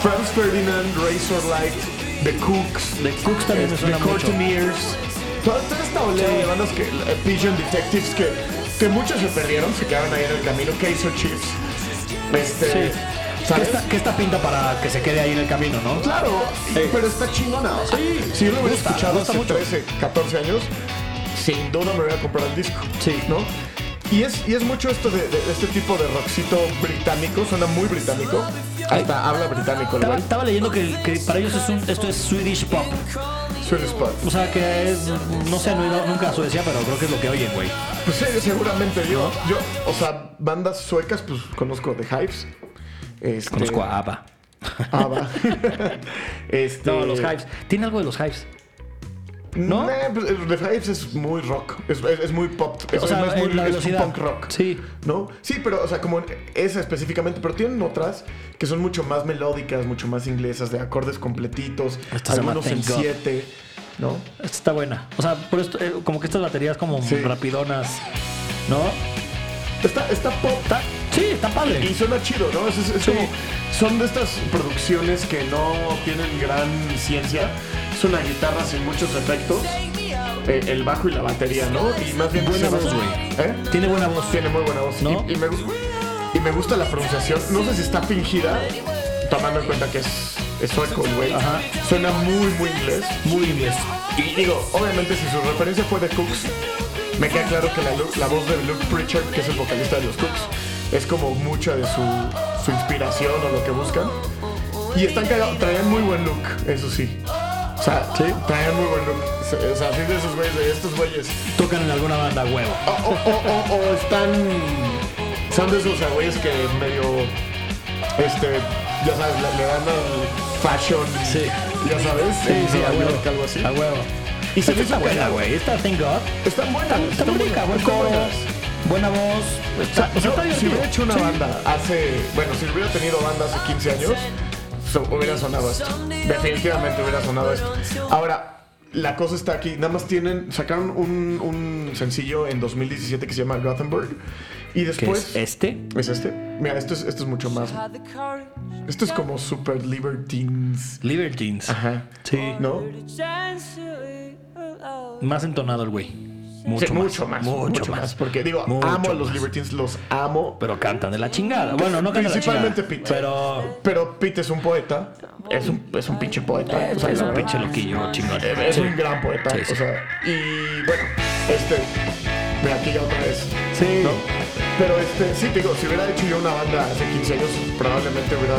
Speaker 2: Franz Ferdinand, Razorlight, The Cooks,
Speaker 1: The Cooks también me
Speaker 2: este,
Speaker 1: suena
Speaker 2: The
Speaker 1: mucho.
Speaker 2: Courtineers, toda, toda esta oleada de bandas que, eh, Pigeon Detectives, que, que muchos se perdieron, se quedaron ahí en el camino, Kaiser Chiefs, este,
Speaker 1: Sí.
Speaker 3: ¿Qué
Speaker 2: ¿sabes?
Speaker 3: está, que esta pinta para que se quede ahí en el camino, no?
Speaker 2: Claro, pero está chingona, o sea,
Speaker 3: Sí,
Speaker 2: si yo lo hubiera
Speaker 3: gusta,
Speaker 2: escuchado
Speaker 3: gusta
Speaker 2: hace
Speaker 3: mucho.
Speaker 2: 13, 14 años, sin duda me voy a comprar el disco.
Speaker 1: Sí.
Speaker 2: ¿No? Y es, y es mucho esto de, de- de este tipo de rockcito británico, suena muy británico. Hasta habla británico el
Speaker 3: Estaba,
Speaker 2: güey.
Speaker 3: estaba leyendo que, que para ellos es un, esto es Swedish pop.
Speaker 2: Sweet Spot.
Speaker 3: O sea, que es, no sé, no he ido nunca a Suecia, pero creo que es lo que oyen, güey.
Speaker 2: Pues sí, seguramente yo, yo, o sea, bandas suecas, pues conozco The Hives. Este,
Speaker 1: Conozco a ABBA.
Speaker 2: ABBA. <laughs> este,
Speaker 1: No, los Hives. ¿Tiene algo de los Hives?
Speaker 2: ¿no?
Speaker 1: ¿no?
Speaker 2: pues, The Hives es muy rock, es, es- es muy pop, es,
Speaker 3: O sea,
Speaker 2: es muy
Speaker 3: en la
Speaker 2: es
Speaker 3: velocidad.
Speaker 2: punk rock.
Speaker 1: Sí.
Speaker 2: ¿No? Sí, pero, o sea, como esa específicamente, pero tienen otras que son mucho más melódicas, mucho más inglesas, de acordes completitos,
Speaker 1: Esta se llama
Speaker 2: algunos en
Speaker 1: Thank God.
Speaker 2: siete, ¿no?
Speaker 1: Esta está buena. O sea, por esto, eh, como que estas baterías como
Speaker 2: Sí.
Speaker 1: rapidonas, ¿no?
Speaker 2: Está, está pop,
Speaker 1: Está, sí, está padre.
Speaker 2: Y suena chido, ¿no? Es- es- es
Speaker 1: Sí.
Speaker 2: como- son de estas producciones que no tienen gran ciencia. Es una guitarra sin muchos efectos. eh, El bajo y la batería, ¿no? Y más bien
Speaker 1: Buena
Speaker 2: se
Speaker 1: voz,
Speaker 2: basa-
Speaker 1: güey.
Speaker 2: ¿Eh?
Speaker 1: Tiene buena voz.
Speaker 2: Tiene muy buena voz.
Speaker 1: ¿No?
Speaker 2: Y, y me, gu- y me gusta la pronunciación. No sé si está fingida, tomando en cuenta que es, es sueco, el güey.
Speaker 1: Ajá.
Speaker 2: Suena muy, muy inglés.
Speaker 1: Muy inglés.
Speaker 2: Y digo, obviamente si su referencia fue de Cooks, me queda claro que la, lu- la voz de Luke Pritchard, que es el vocalista de los Cooks, es como mucha de su, su inspiración o lo que buscan. Y están cagados, traían muy buen look, eso sí. O sea, traían muy buen look. O sea, así de esos güeyes, de estos güeyes.
Speaker 1: Tocan en alguna banda, huevo.
Speaker 2: O, o- o- o- o están. Son de esos o sea, güeyes que medio. Este. Ya sabes, le, le dan el fashion.
Speaker 1: Sí.
Speaker 2: Ya sabes, en Nueva York, algo así.
Speaker 1: A huevo.
Speaker 2: Y se
Speaker 1: Esta
Speaker 2: me
Speaker 1: está
Speaker 2: hizo
Speaker 1: buena,
Speaker 2: cagado.
Speaker 1: güey. Esta Thank God.
Speaker 2: Están buenas.
Speaker 1: Está muy rica, buen coro, buena voz.
Speaker 2: O
Speaker 1: Está,
Speaker 2: sea,
Speaker 1: o sea,
Speaker 2: yo,
Speaker 1: está
Speaker 2: si
Speaker 1: divertido.
Speaker 2: hubiera hecho una
Speaker 1: Sí.
Speaker 2: banda hace. Bueno, si hubiera tenido banda hace 15 años, so- hubiera sonado esto. Definitivamente hubiera sonado esto. Ahora, la cosa está aquí. Nada más tienen. Sacaron un, un sencillo en 2017 que se llama Gothenburg. Y
Speaker 1: ¿Qué
Speaker 2: después.
Speaker 1: es este?
Speaker 2: ¿Es este? Mira, esto es, esto es mucho más. Esto es como Super Libertines.
Speaker 1: Libertines.
Speaker 2: Ajá.
Speaker 1: Sí.
Speaker 2: ¿No?
Speaker 1: Más entonado el güey. Mucho
Speaker 2: Sí,
Speaker 1: más.
Speaker 2: mucho más. Mucho, más. Porque digo,
Speaker 1: Mucho
Speaker 2: amo a los
Speaker 1: más.
Speaker 2: Libertines, los amo.
Speaker 1: Pero cantan de la chingada. Bueno, no cantan de la chingada.
Speaker 2: Principalmente Pete.
Speaker 1: Pero
Speaker 2: Pero Pete es un poeta. Es un, es un pinche poeta. O sea,
Speaker 1: es
Speaker 2: la
Speaker 1: un
Speaker 2: verdad.
Speaker 1: pinche loquillo chingón.
Speaker 2: Eh, Es
Speaker 1: Sí.
Speaker 2: un gran poeta.
Speaker 1: Sí, sí.
Speaker 2: O sea, y bueno, este. Mira, aquí ya otra vez.
Speaker 1: Sí.
Speaker 2: ¿no? Pero este, sí, te digo, si hubiera hecho yo una banda hace 15 años, probablemente hubiera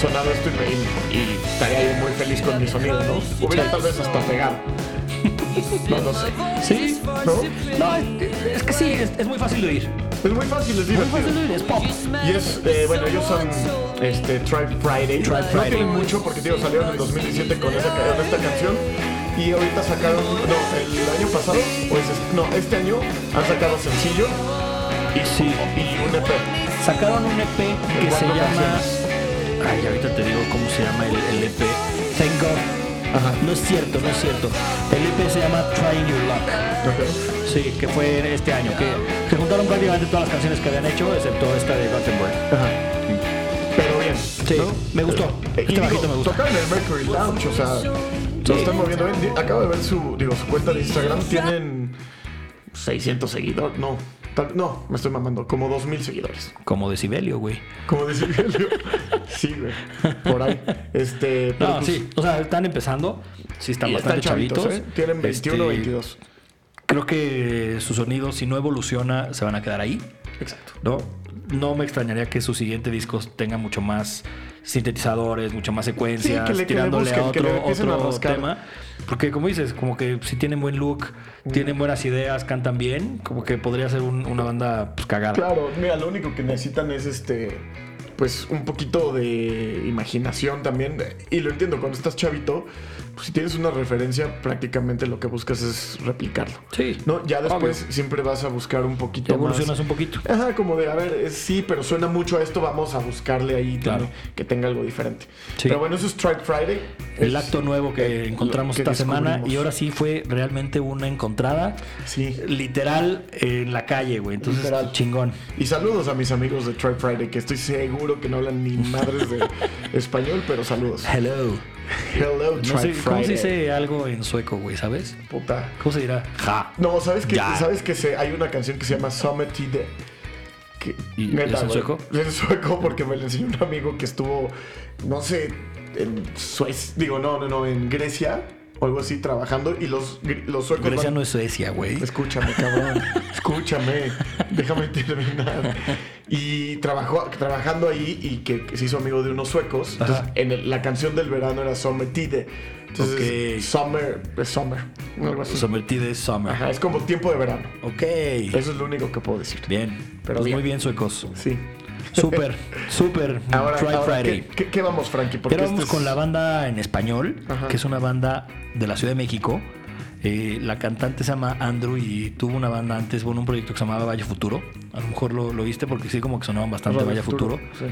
Speaker 2: sonado esto y, me- y- y estaría yo muy feliz con mi sonido, ¿no? Hubiera tal vez hasta
Speaker 1: <laughs>
Speaker 2: pegado. No, no sé.
Speaker 1: Sí.
Speaker 2: ¿No?
Speaker 1: No, es, es que sí, es, es muy fácil de oír.
Speaker 2: Es muy fácil, es
Speaker 1: Muy
Speaker 2: divertido.
Speaker 1: fácil de oír, es pop.
Speaker 2: Y es, eh, bueno, ellos son este, Tribe Friday. No
Speaker 1: Friday.
Speaker 2: tienen mucho porque digo, salieron en 2017 con esa, ca- con esta canción. Y ahorita sacaron, no, el año pasado, o es este- no, este año han sacado sencillo y,
Speaker 1: Sí.
Speaker 2: y un E EP.
Speaker 1: Sacaron un EP que se
Speaker 2: cuatro
Speaker 1: llama.
Speaker 2: canciones.
Speaker 1: Ay, ahorita te digo cómo se llama el, el E EP. Thank God.
Speaker 2: Ajá.
Speaker 1: No es cierto, no es cierto. El EP se llama Trying Your Luck. Sí, que fue este año. Que se juntaron prácticamente todas las canciones que habían hecho, excepto esta de Gothenburg.
Speaker 2: Ajá. Pero bien.
Speaker 1: Sí,
Speaker 2: ¿no?
Speaker 1: me gustó.
Speaker 2: Eh, y
Speaker 1: Este bajito
Speaker 2: digo,
Speaker 1: me gusta.
Speaker 2: Tocaron el Mercury Lounge, o sea, lo
Speaker 1: Sí.
Speaker 2: están moviendo bien. Di- Acabo de ver su, digo, su cuenta de Instagram, tienen 600 seguidores, no. tal- No, me estoy mamando, como 2.000 seguidores.
Speaker 1: Como Decibelio, güey.
Speaker 2: Como decía Leo. Sí, güey. Por ahí. Este. pero
Speaker 1: No,
Speaker 2: pues,
Speaker 1: sí. O sea, están empezando. Sí, están
Speaker 2: y
Speaker 1: bastante
Speaker 2: están chavitos.
Speaker 1: chavitos.
Speaker 2: ¿eh? Tienen 21 o
Speaker 1: Este,
Speaker 2: 22.
Speaker 1: Creo que su sonido, si no evoluciona, se van a quedar ahí.
Speaker 2: Exacto.
Speaker 1: ¿no? No me extrañaría que su siguiente disco tenga mucho más sintetizadores, mucha más secuencias,
Speaker 2: que le- que le
Speaker 1: tirándole a
Speaker 2: busquen, que le
Speaker 1: otro,
Speaker 2: empiecen a
Speaker 1: otro
Speaker 2: rascar. Mm.
Speaker 1: tema. Porque como dices, como que si tienen buen look, tienen buenas ideas, cantan bien, como que podría ser un- una banda pues, cagada.
Speaker 2: Claro, mira, lo único que necesitan es este. Pues un poquito de imaginación también. Y lo entiendo, cuando estás chavito, pues, si tienes una referencia, prácticamente lo que buscas es replicarlo.
Speaker 1: Sí.
Speaker 2: ¿No? Ya después
Speaker 1: Obvio.
Speaker 2: siempre vas a buscar un poquito
Speaker 1: Evolucionas
Speaker 2: más.
Speaker 1: un poquito.
Speaker 2: Ajá, como de, a ver, eh, sí, pero suena mucho a esto, vamos a buscarle ahí
Speaker 1: Claro.
Speaker 2: también que tenga algo diferente.
Speaker 1: Sí.
Speaker 2: Pero bueno, eso es Strike Friday.
Speaker 1: El
Speaker 2: Es-
Speaker 1: acto nuevo que
Speaker 2: eh,
Speaker 1: encontramos
Speaker 2: que
Speaker 1: esta semana
Speaker 2: descubrimos.
Speaker 1: y ahora sí fue realmente una encontrada
Speaker 2: Sí.
Speaker 1: literal en la calle, güey. Entonces,
Speaker 2: Literal.
Speaker 1: chingón.
Speaker 2: Y saludos a mis amigos de Strike Friday, que estoy seguro que no hablan ni madres
Speaker 1: <laughs>
Speaker 2: de español, pero saludos.
Speaker 1: Hello.
Speaker 2: Hello,
Speaker 1: No
Speaker 2: Strike
Speaker 1: sé,
Speaker 2: Friday.
Speaker 1: ¿Cómo se dice algo en sueco, güey? ¿Sabes?
Speaker 2: Puta.
Speaker 1: ¿Cómo se dirá? Ja.
Speaker 2: No, ¿sabes que,
Speaker 1: Ya.
Speaker 2: ¿sabes que se, hay una canción que se llama Summit de... Que,
Speaker 1: ¿Y es en
Speaker 2: güey.
Speaker 1: sueco?
Speaker 2: Es en sueco porque me lo enseñó un amigo que estuvo, no sé, en Suecia, digo, no, no, no, en Grecia o algo así trabajando y los, gr- los suecos...
Speaker 1: Grecia
Speaker 2: van-
Speaker 1: no es Suecia, güey.
Speaker 2: Escúchame,
Speaker 1: <laughs>
Speaker 2: cabrón. Escúchame. Déjame terminar. Y trabajó trabajando ahí y que, que se hizo amigo de unos suecos. Entonces,
Speaker 1: Ajá.
Speaker 2: en el- la canción del verano era Sommertide.
Speaker 1: Ok.
Speaker 2: Entonces, Summer, es Summer. Algo así.
Speaker 1: Sometido es Summer.
Speaker 2: Ajá, es como tiempo de verano.
Speaker 1: Ok.
Speaker 2: Eso es lo único que puedo decir.
Speaker 1: Bien.
Speaker 2: Pero
Speaker 1: pues
Speaker 2: bien.
Speaker 1: muy bien, suecos.
Speaker 2: Sí. <laughs>
Speaker 1: Súper, súper.
Speaker 2: Ahora,
Speaker 1: Try
Speaker 2: ahora,
Speaker 1: Friday.
Speaker 2: ¿qué, qué, qué vamos, Frankie? Porque
Speaker 1: Pero vamos
Speaker 2: este es-
Speaker 1: con la banda en español,
Speaker 2: Ajá.
Speaker 1: que es una banda de la Ciudad de México. Eh, la cantante se llama Andrew y tuvo una banda antes, bueno, un proyecto que se llamaba Valle Futuro. A lo mejor lo, lo viste porque sí, como que sonaban bastante
Speaker 2: Radio
Speaker 1: Valle Futuro.
Speaker 2: sí.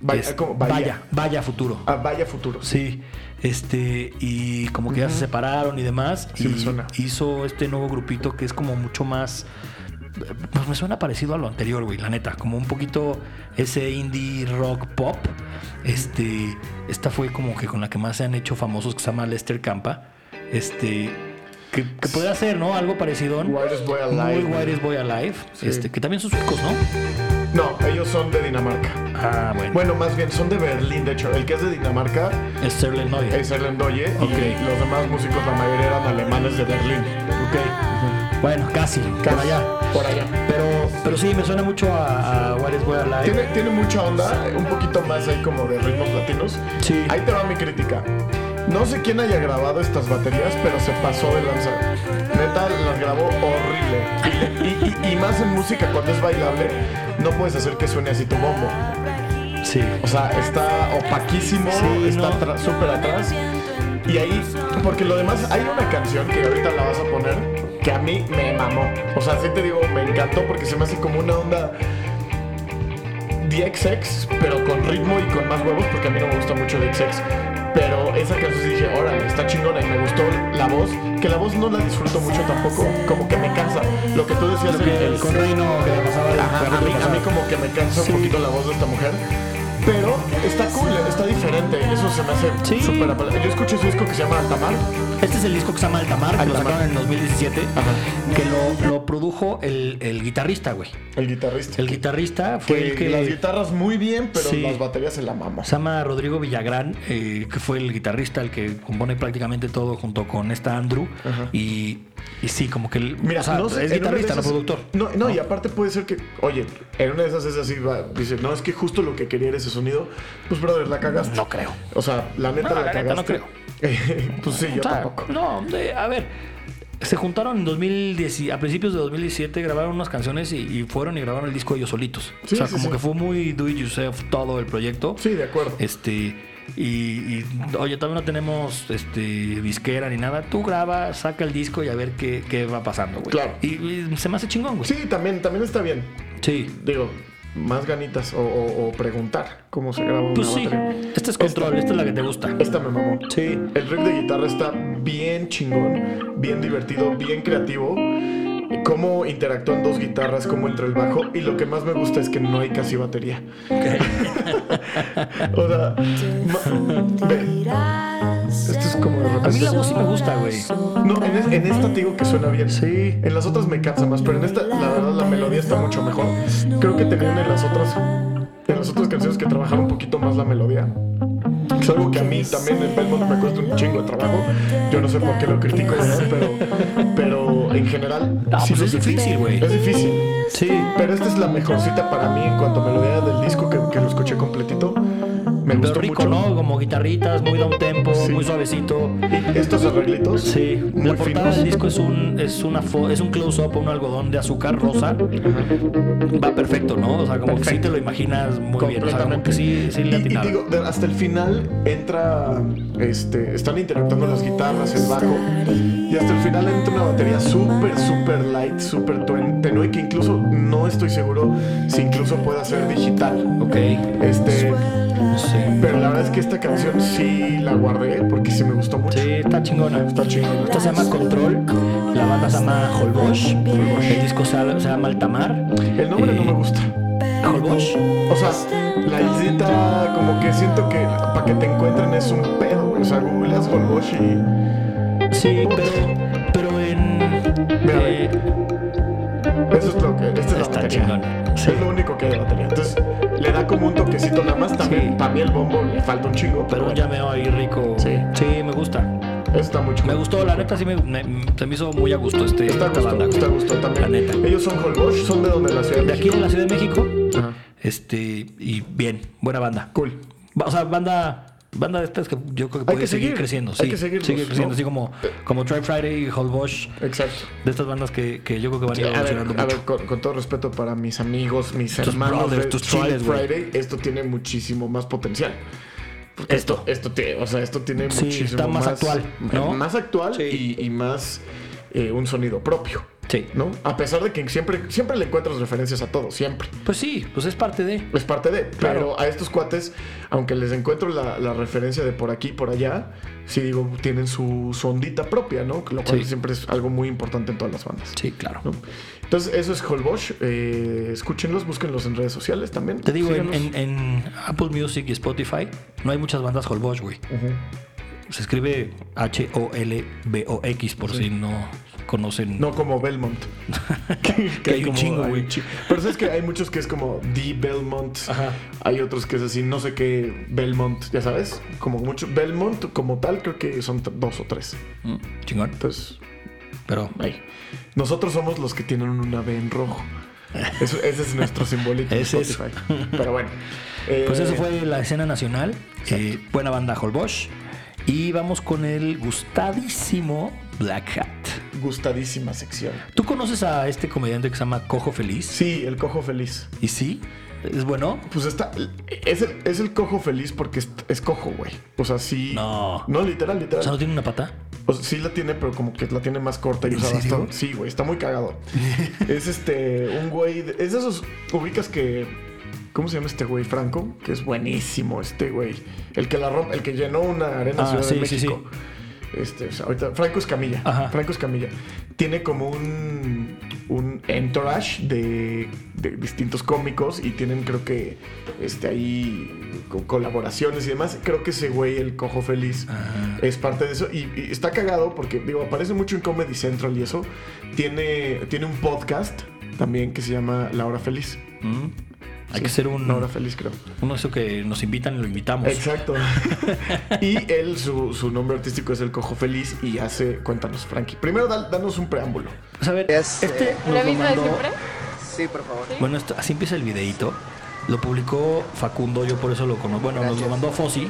Speaker 2: Vaya,
Speaker 1: Es-
Speaker 2: como Bahía.
Speaker 1: vaya, Vaya Futuro.
Speaker 2: Ah, vaya futuro.
Speaker 1: Sí, este, y como que ya se separaron y demás.
Speaker 2: Sí,
Speaker 1: y
Speaker 2: me suena.
Speaker 1: hizo este nuevo grupito que es como mucho más. Pues me suena parecido a lo anterior, güey, la neta. Como un poquito ese indie rock pop. Este, esta fue como que con la que más se han hecho famosos, que se llama Lester Campa. Este, que, que podría ser, ¿no? Algo parecido.
Speaker 2: Wireless Boy Alive.
Speaker 1: Muy Wireless Boy Alive.
Speaker 2: Sí.
Speaker 1: Este, que también son suecos, ¿no?
Speaker 2: No, ellos son de Dinamarca.
Speaker 1: Ah,
Speaker 2: Bueno, más bien son de Berlín, de hecho. El que es de Dinamarca
Speaker 1: Es Sterling Noyer.
Speaker 2: es Erlen Doye
Speaker 1: Ok.
Speaker 2: y los demás músicos, la mayoría eran alemanes de Berlín.
Speaker 1: Ok. Bueno, casi,
Speaker 2: Casi,
Speaker 1: por allá.
Speaker 2: Por allá.
Speaker 1: Pero, pero sí, me suena mucho a, a What is Boy Alive.
Speaker 2: Tiene, tiene mucha onda, un poquito más ahí como de ritmos latinos.
Speaker 1: Sí.
Speaker 2: Ahí te va mi crítica. No sé quién haya grabado estas baterías, pero se pasó de lanza. Neta, las grabó horrible. Y, y- y más en música, cuando es bailable, no puedes hacer que suene así tu bombo.
Speaker 1: Sí.
Speaker 2: O sea, está opaquísimo,
Speaker 1: Sí,
Speaker 2: está
Speaker 1: no.
Speaker 2: atra- súper atrás. Y ahí, porque lo demás, hay una canción que ahorita la vas a poner que a mí me mamó. O sea, sí te digo, me encantó porque se me hace como una onda DXX, pero con ritmo y con más huevos, porque a mí no me gusta mucho DXX. Pero esa canción sí dije, órale, está chingona y me gustó la voz, que la voz no la disfruto mucho tampoco, como que me cansa. Lo que tú decías
Speaker 1: Lo que
Speaker 2: del-
Speaker 1: con Reino que le pasaba el
Speaker 2: Ajá, a,
Speaker 1: perrito
Speaker 2: mí, a
Speaker 1: pasado.
Speaker 2: mí como que me cansa
Speaker 1: Sí.
Speaker 2: un poquito la voz de esta mujer. Pero está cool, está diferente. Eso se me hace
Speaker 1: Sí.
Speaker 2: súper apela- Yo escucho ese disco que se llama Tamar.
Speaker 1: Este es el disco que se llama Altamar, que lo
Speaker 2: Altamar.
Speaker 1: sacaron en el 2017,
Speaker 2: Ajá.
Speaker 1: que lo, lo produjo el, el guitarrista, güey.
Speaker 2: El guitarrista.
Speaker 1: El guitarrista fue
Speaker 2: que
Speaker 1: el que...
Speaker 2: las guitarras muy bien, pero
Speaker 1: Sí.
Speaker 2: las baterías se la mama.
Speaker 1: Se llama Rodrigo Villagrán, eh, que fue el guitarrista, el que compone prácticamente todo junto con esta Andrew.
Speaker 2: Ajá.
Speaker 1: Y, y sí, como que el-
Speaker 2: Mira,
Speaker 1: o sea,
Speaker 2: no sé,
Speaker 1: es
Speaker 2: en una de
Speaker 1: guitarrista, no
Speaker 2: esas-
Speaker 1: productor.
Speaker 2: No, no, y aparte puede ser que, oye, en una de esas es así, va, dice, no, es que justo lo que quería era ese sonido. Pues, brother, la cagaste.
Speaker 1: No creo.
Speaker 2: O sea, la neta
Speaker 1: No,
Speaker 2: la,
Speaker 1: la neta,
Speaker 2: cagaste.
Speaker 1: no
Speaker 2: <laughs> pues sí, yo
Speaker 1: O sea,
Speaker 2: tampoco.
Speaker 1: No, de- a ver. Se juntaron en 2010, a principios de 2017, grabaron unas canciones y, y fueron y grabaron el disco ellos solitos.
Speaker 2: Sí,
Speaker 1: o sea,
Speaker 2: sí,
Speaker 1: como
Speaker 2: sí.
Speaker 1: que fue muy do it yourself todo el proyecto.
Speaker 2: Sí, de acuerdo.
Speaker 1: Este, y, y, oye, todavía no tenemos este, disquera ni nada. Tú graba, saca el disco y a ver qué, qué va pasando, güey.
Speaker 2: Claro.
Speaker 1: Y, y se me hace chingón, güey.
Speaker 2: Sí, también, también está bien.
Speaker 1: Sí.
Speaker 2: Digo, más ganitas o, o- o preguntar cómo se graba una
Speaker 1: Pues sí.
Speaker 2: batería.
Speaker 1: Esta es control, esta es la que te gusta.
Speaker 2: Esta me mamó.
Speaker 1: Sí.
Speaker 2: El riff de guitarra está bien chingón, bien divertido, bien creativo. Cómo interactúan dos guitarras, cómo entra el bajo. Y lo que más me gusta es que no hay casi batería. <laughs> o sea, ma- ve, esto es como de
Speaker 1: A mí
Speaker 2: repente.
Speaker 1: la voz sí me gusta, güey.
Speaker 2: No, en, es- en esta te digo que suena bien.
Speaker 1: Sí.
Speaker 2: En las otras me cansa más, pero en esta, la verdad, la melodía está mucho mejor. Creo que tenían en las otras, en las otras canciones que trabajar un poquito más la melodía. Es algo que a mí también en Belmont me cuesta un chingo de trabajo. Yo no sé por qué lo critico, ¿verdad? pero, pero en general.
Speaker 1: Ah, pues
Speaker 2: lo
Speaker 1: es
Speaker 2: critico.
Speaker 1: difícil, güey.
Speaker 2: Es difícil.
Speaker 1: Sí.
Speaker 2: Pero esta es la mejorcita para mí en cuanto a melodía del disco que, que lo escuché completito. Me
Speaker 1: Pero
Speaker 2: gustó
Speaker 1: rico,
Speaker 2: mucho.
Speaker 1: ¿no? Como guitarritas, muy down tempo,
Speaker 2: Sí.
Speaker 1: muy suavecito.
Speaker 2: Y estos arreglitos.
Speaker 1: Sí,
Speaker 2: Muy
Speaker 1: la portada
Speaker 2: finos.
Speaker 1: del disco es un es una fo- es un close up a un algodón de azúcar rosa. Va perfecto, ¿no? O sea, como que sí te lo imaginas muy bien, o sea, como que sí sí le
Speaker 2: Y- y,
Speaker 1: atinaron.
Speaker 2: digo, de- hasta el final entra, este, están interactuando las guitarras, el bajo, y hasta el final entra una batería súper, súper light, súper tuen- tenue, que incluso no estoy seguro si incluso pueda ser digital.
Speaker 1: Ok.
Speaker 2: Este,
Speaker 1: Sí.
Speaker 2: pero la verdad es que esta canción sí la guardé porque sí me gustó mucho.
Speaker 1: Sí, está chingona.
Speaker 2: Está chingona.
Speaker 1: Esta se llama Control, la banda se llama Holbox, el disco se se llama Altamar.
Speaker 2: El nombre no
Speaker 1: Eh,
Speaker 2: me gusta.
Speaker 1: Holbosh.
Speaker 2: O sea, la isita como que siento que para que te encuentren es un pedo, güey. O sea, googleas Holbox y...
Speaker 1: Sí, pero pero en
Speaker 2: Mira,
Speaker 1: eh,
Speaker 2: Eso es lo que. Esta es la
Speaker 1: Está
Speaker 2: batería.
Speaker 1: chingón. Sí.
Speaker 2: Es lo único que hay de batería. Entonces, le da como un toquecito nada más. También,
Speaker 1: Sí.
Speaker 2: para mí el bombo le falta un chingo.
Speaker 1: pero un
Speaker 2: bueno,
Speaker 1: llameo ahí rico.
Speaker 2: Sí.
Speaker 1: Sí, me gusta.
Speaker 2: Eso está muy
Speaker 1: Me
Speaker 2: chingón.
Speaker 1: gustó, la neta sí me, me- se me hizo muy a gusto este,
Speaker 2: Está a
Speaker 1: esta
Speaker 2: gusto,
Speaker 1: banda.
Speaker 2: está a
Speaker 1: güey.
Speaker 2: gusto también.
Speaker 1: La neta.
Speaker 2: Ellos son Holbox, son de donde la ciudad
Speaker 1: De aquí
Speaker 2: México.
Speaker 1: en la Ciudad de México.
Speaker 2: Ajá.
Speaker 1: Este, y bien, buena banda.
Speaker 2: Cool.
Speaker 1: Ba- O sea, banda, banda de estas que yo creo que
Speaker 2: Hay
Speaker 1: puede
Speaker 2: que
Speaker 1: seguir,
Speaker 2: seguir,
Speaker 1: creciendo.
Speaker 2: hay
Speaker 1: sí,
Speaker 2: que seguirlos,
Speaker 1: Sigue creciendo,
Speaker 2: ¿no?
Speaker 1: así como, como Try Friday y Holbox.
Speaker 2: Exacto.
Speaker 1: De estas bandas que, que yo creo que van a ir
Speaker 2: A ver,
Speaker 1: evolucionando
Speaker 2: a
Speaker 1: mucho.
Speaker 2: ver, con, con todo respeto para mis amigos, mis
Speaker 1: Tus
Speaker 2: hermanos
Speaker 1: brothers,
Speaker 2: de
Speaker 1: tus
Speaker 2: Chile
Speaker 1: chiles, güey.
Speaker 2: Friday, esto tiene muchísimo más potencial. Porque
Speaker 1: Esto.
Speaker 2: esto tiene, o sea, esto tiene
Speaker 1: Sí,
Speaker 2: muchísimo
Speaker 1: está más actual, ¿no?
Speaker 2: Más actual
Speaker 1: Sí.
Speaker 2: y, y más eh, un sonido propio.
Speaker 1: Sí.
Speaker 2: ¿no? A pesar de que siempre, siempre le encuentras referencias a todo, siempre.
Speaker 1: Pues sí, pues es parte de.
Speaker 2: Es parte de.
Speaker 1: Claro.
Speaker 2: Pero a estos cuates, aunque les encuentro la, la referencia de por aquí y por allá, sí digo, tienen su, su ondita propia, ¿no? Lo cual
Speaker 1: Sí.
Speaker 2: siempre es algo muy importante en todas las bandas.
Speaker 1: Sí, claro.
Speaker 2: ¿no? Entonces, eso es Holbosch. Eh, escúchenlos, búsquenlos en redes sociales también.
Speaker 1: Te digo, en,
Speaker 2: Síganos.
Speaker 1: en- en Apple Music y Spotify no hay muchas bandas Holbox, güey. Se escribe H-O-L-B-O-X, por si no conocen.
Speaker 2: No
Speaker 1: <laughs>
Speaker 2: como Belmont.
Speaker 1: Que hay un
Speaker 2: como-
Speaker 1: chingo, güey.
Speaker 2: un chi- Pero sabes que hay muchos que es como The Belmont.
Speaker 1: Ajá.
Speaker 2: Hay otros que es así, no sé qué Belmont, ya sabes. Como mucho. Belmont como tal, creo que son t- dos o tres.
Speaker 1: Mm, Chingón.
Speaker 2: Entonces,
Speaker 1: Pero
Speaker 2: ahí. Nosotros somos los que tienen una B en rojo. Eso- ese es
Speaker 1: <laughs>
Speaker 2: nuestro simbolito de
Speaker 1: Ese es.
Speaker 2: Spotify. Pero bueno. eh,
Speaker 1: Pues eso fue la escena nacional. Eh, buena banda Holbox. Y vamos con el gustadísimo Black Hat.
Speaker 2: Gustadísima sección.
Speaker 1: ¿Tú conoces a este comediante que se llama Cojo Feliz?
Speaker 2: Sí, el cojo feliz.
Speaker 1: ¿Y sí? ¿Es bueno?
Speaker 2: Pues está. Es el, es el cojo feliz porque es, es cojo, güey. O sea, sí.
Speaker 1: No.
Speaker 2: No, literal, literal.
Speaker 1: O sea, ¿no tiene una pata?
Speaker 2: O sea, sí la tiene, pero como que la tiene más corta y
Speaker 1: ¿En
Speaker 2: usa
Speaker 1: serio?
Speaker 2: bastón. Sí, güey, está
Speaker 1: <laughs>
Speaker 2: muy cagado. es este, un güey. de- es de esos ubicas que. ¿Cómo se llama este güey? Franco, que es buenísimo este güey. El que la rompe, el que llenó una arena
Speaker 1: Ah,
Speaker 2: Ciudad
Speaker 1: sí,
Speaker 2: de
Speaker 1: sí,
Speaker 2: México. Este, o sea, ahorita, Franco Escamilla.
Speaker 1: Ajá.
Speaker 2: Franco Escamilla. Tiene como un. un entourage de, de distintos cómicos y tienen creo que este, ahí co- colaboraciones y demás. Creo que ese güey, el cojo feliz,
Speaker 1: Ajá.
Speaker 2: es parte de eso. Y, y está cagado porque, digo, aparece mucho en Comedy Central y eso. Tiene, tiene un podcast también que se llama La Hora Feliz.
Speaker 1: Mm. Hay
Speaker 2: Sí,
Speaker 1: que ser un,
Speaker 2: La Hora Feliz, creo.
Speaker 1: uno de esos que nos invitan y lo invitamos.
Speaker 2: Exacto. y él, su, su nombre artístico es El Cojo Feliz y hace. Cuéntanos, Frankie. Primero, da- danos un preámbulo.
Speaker 1: Pues a ver,
Speaker 4: Es,
Speaker 2: Este
Speaker 4: eh,
Speaker 2: nos
Speaker 5: ¿La
Speaker 2: lo
Speaker 5: misma de
Speaker 2: mandó.
Speaker 5: siempre?
Speaker 4: sí, por favor.
Speaker 1: Bueno, esto- así empieza el videíto. Lo publicó Facundo, yo por eso lo conozco. Bueno, nos lo
Speaker 4: Gracias.
Speaker 1: mandó Fossi.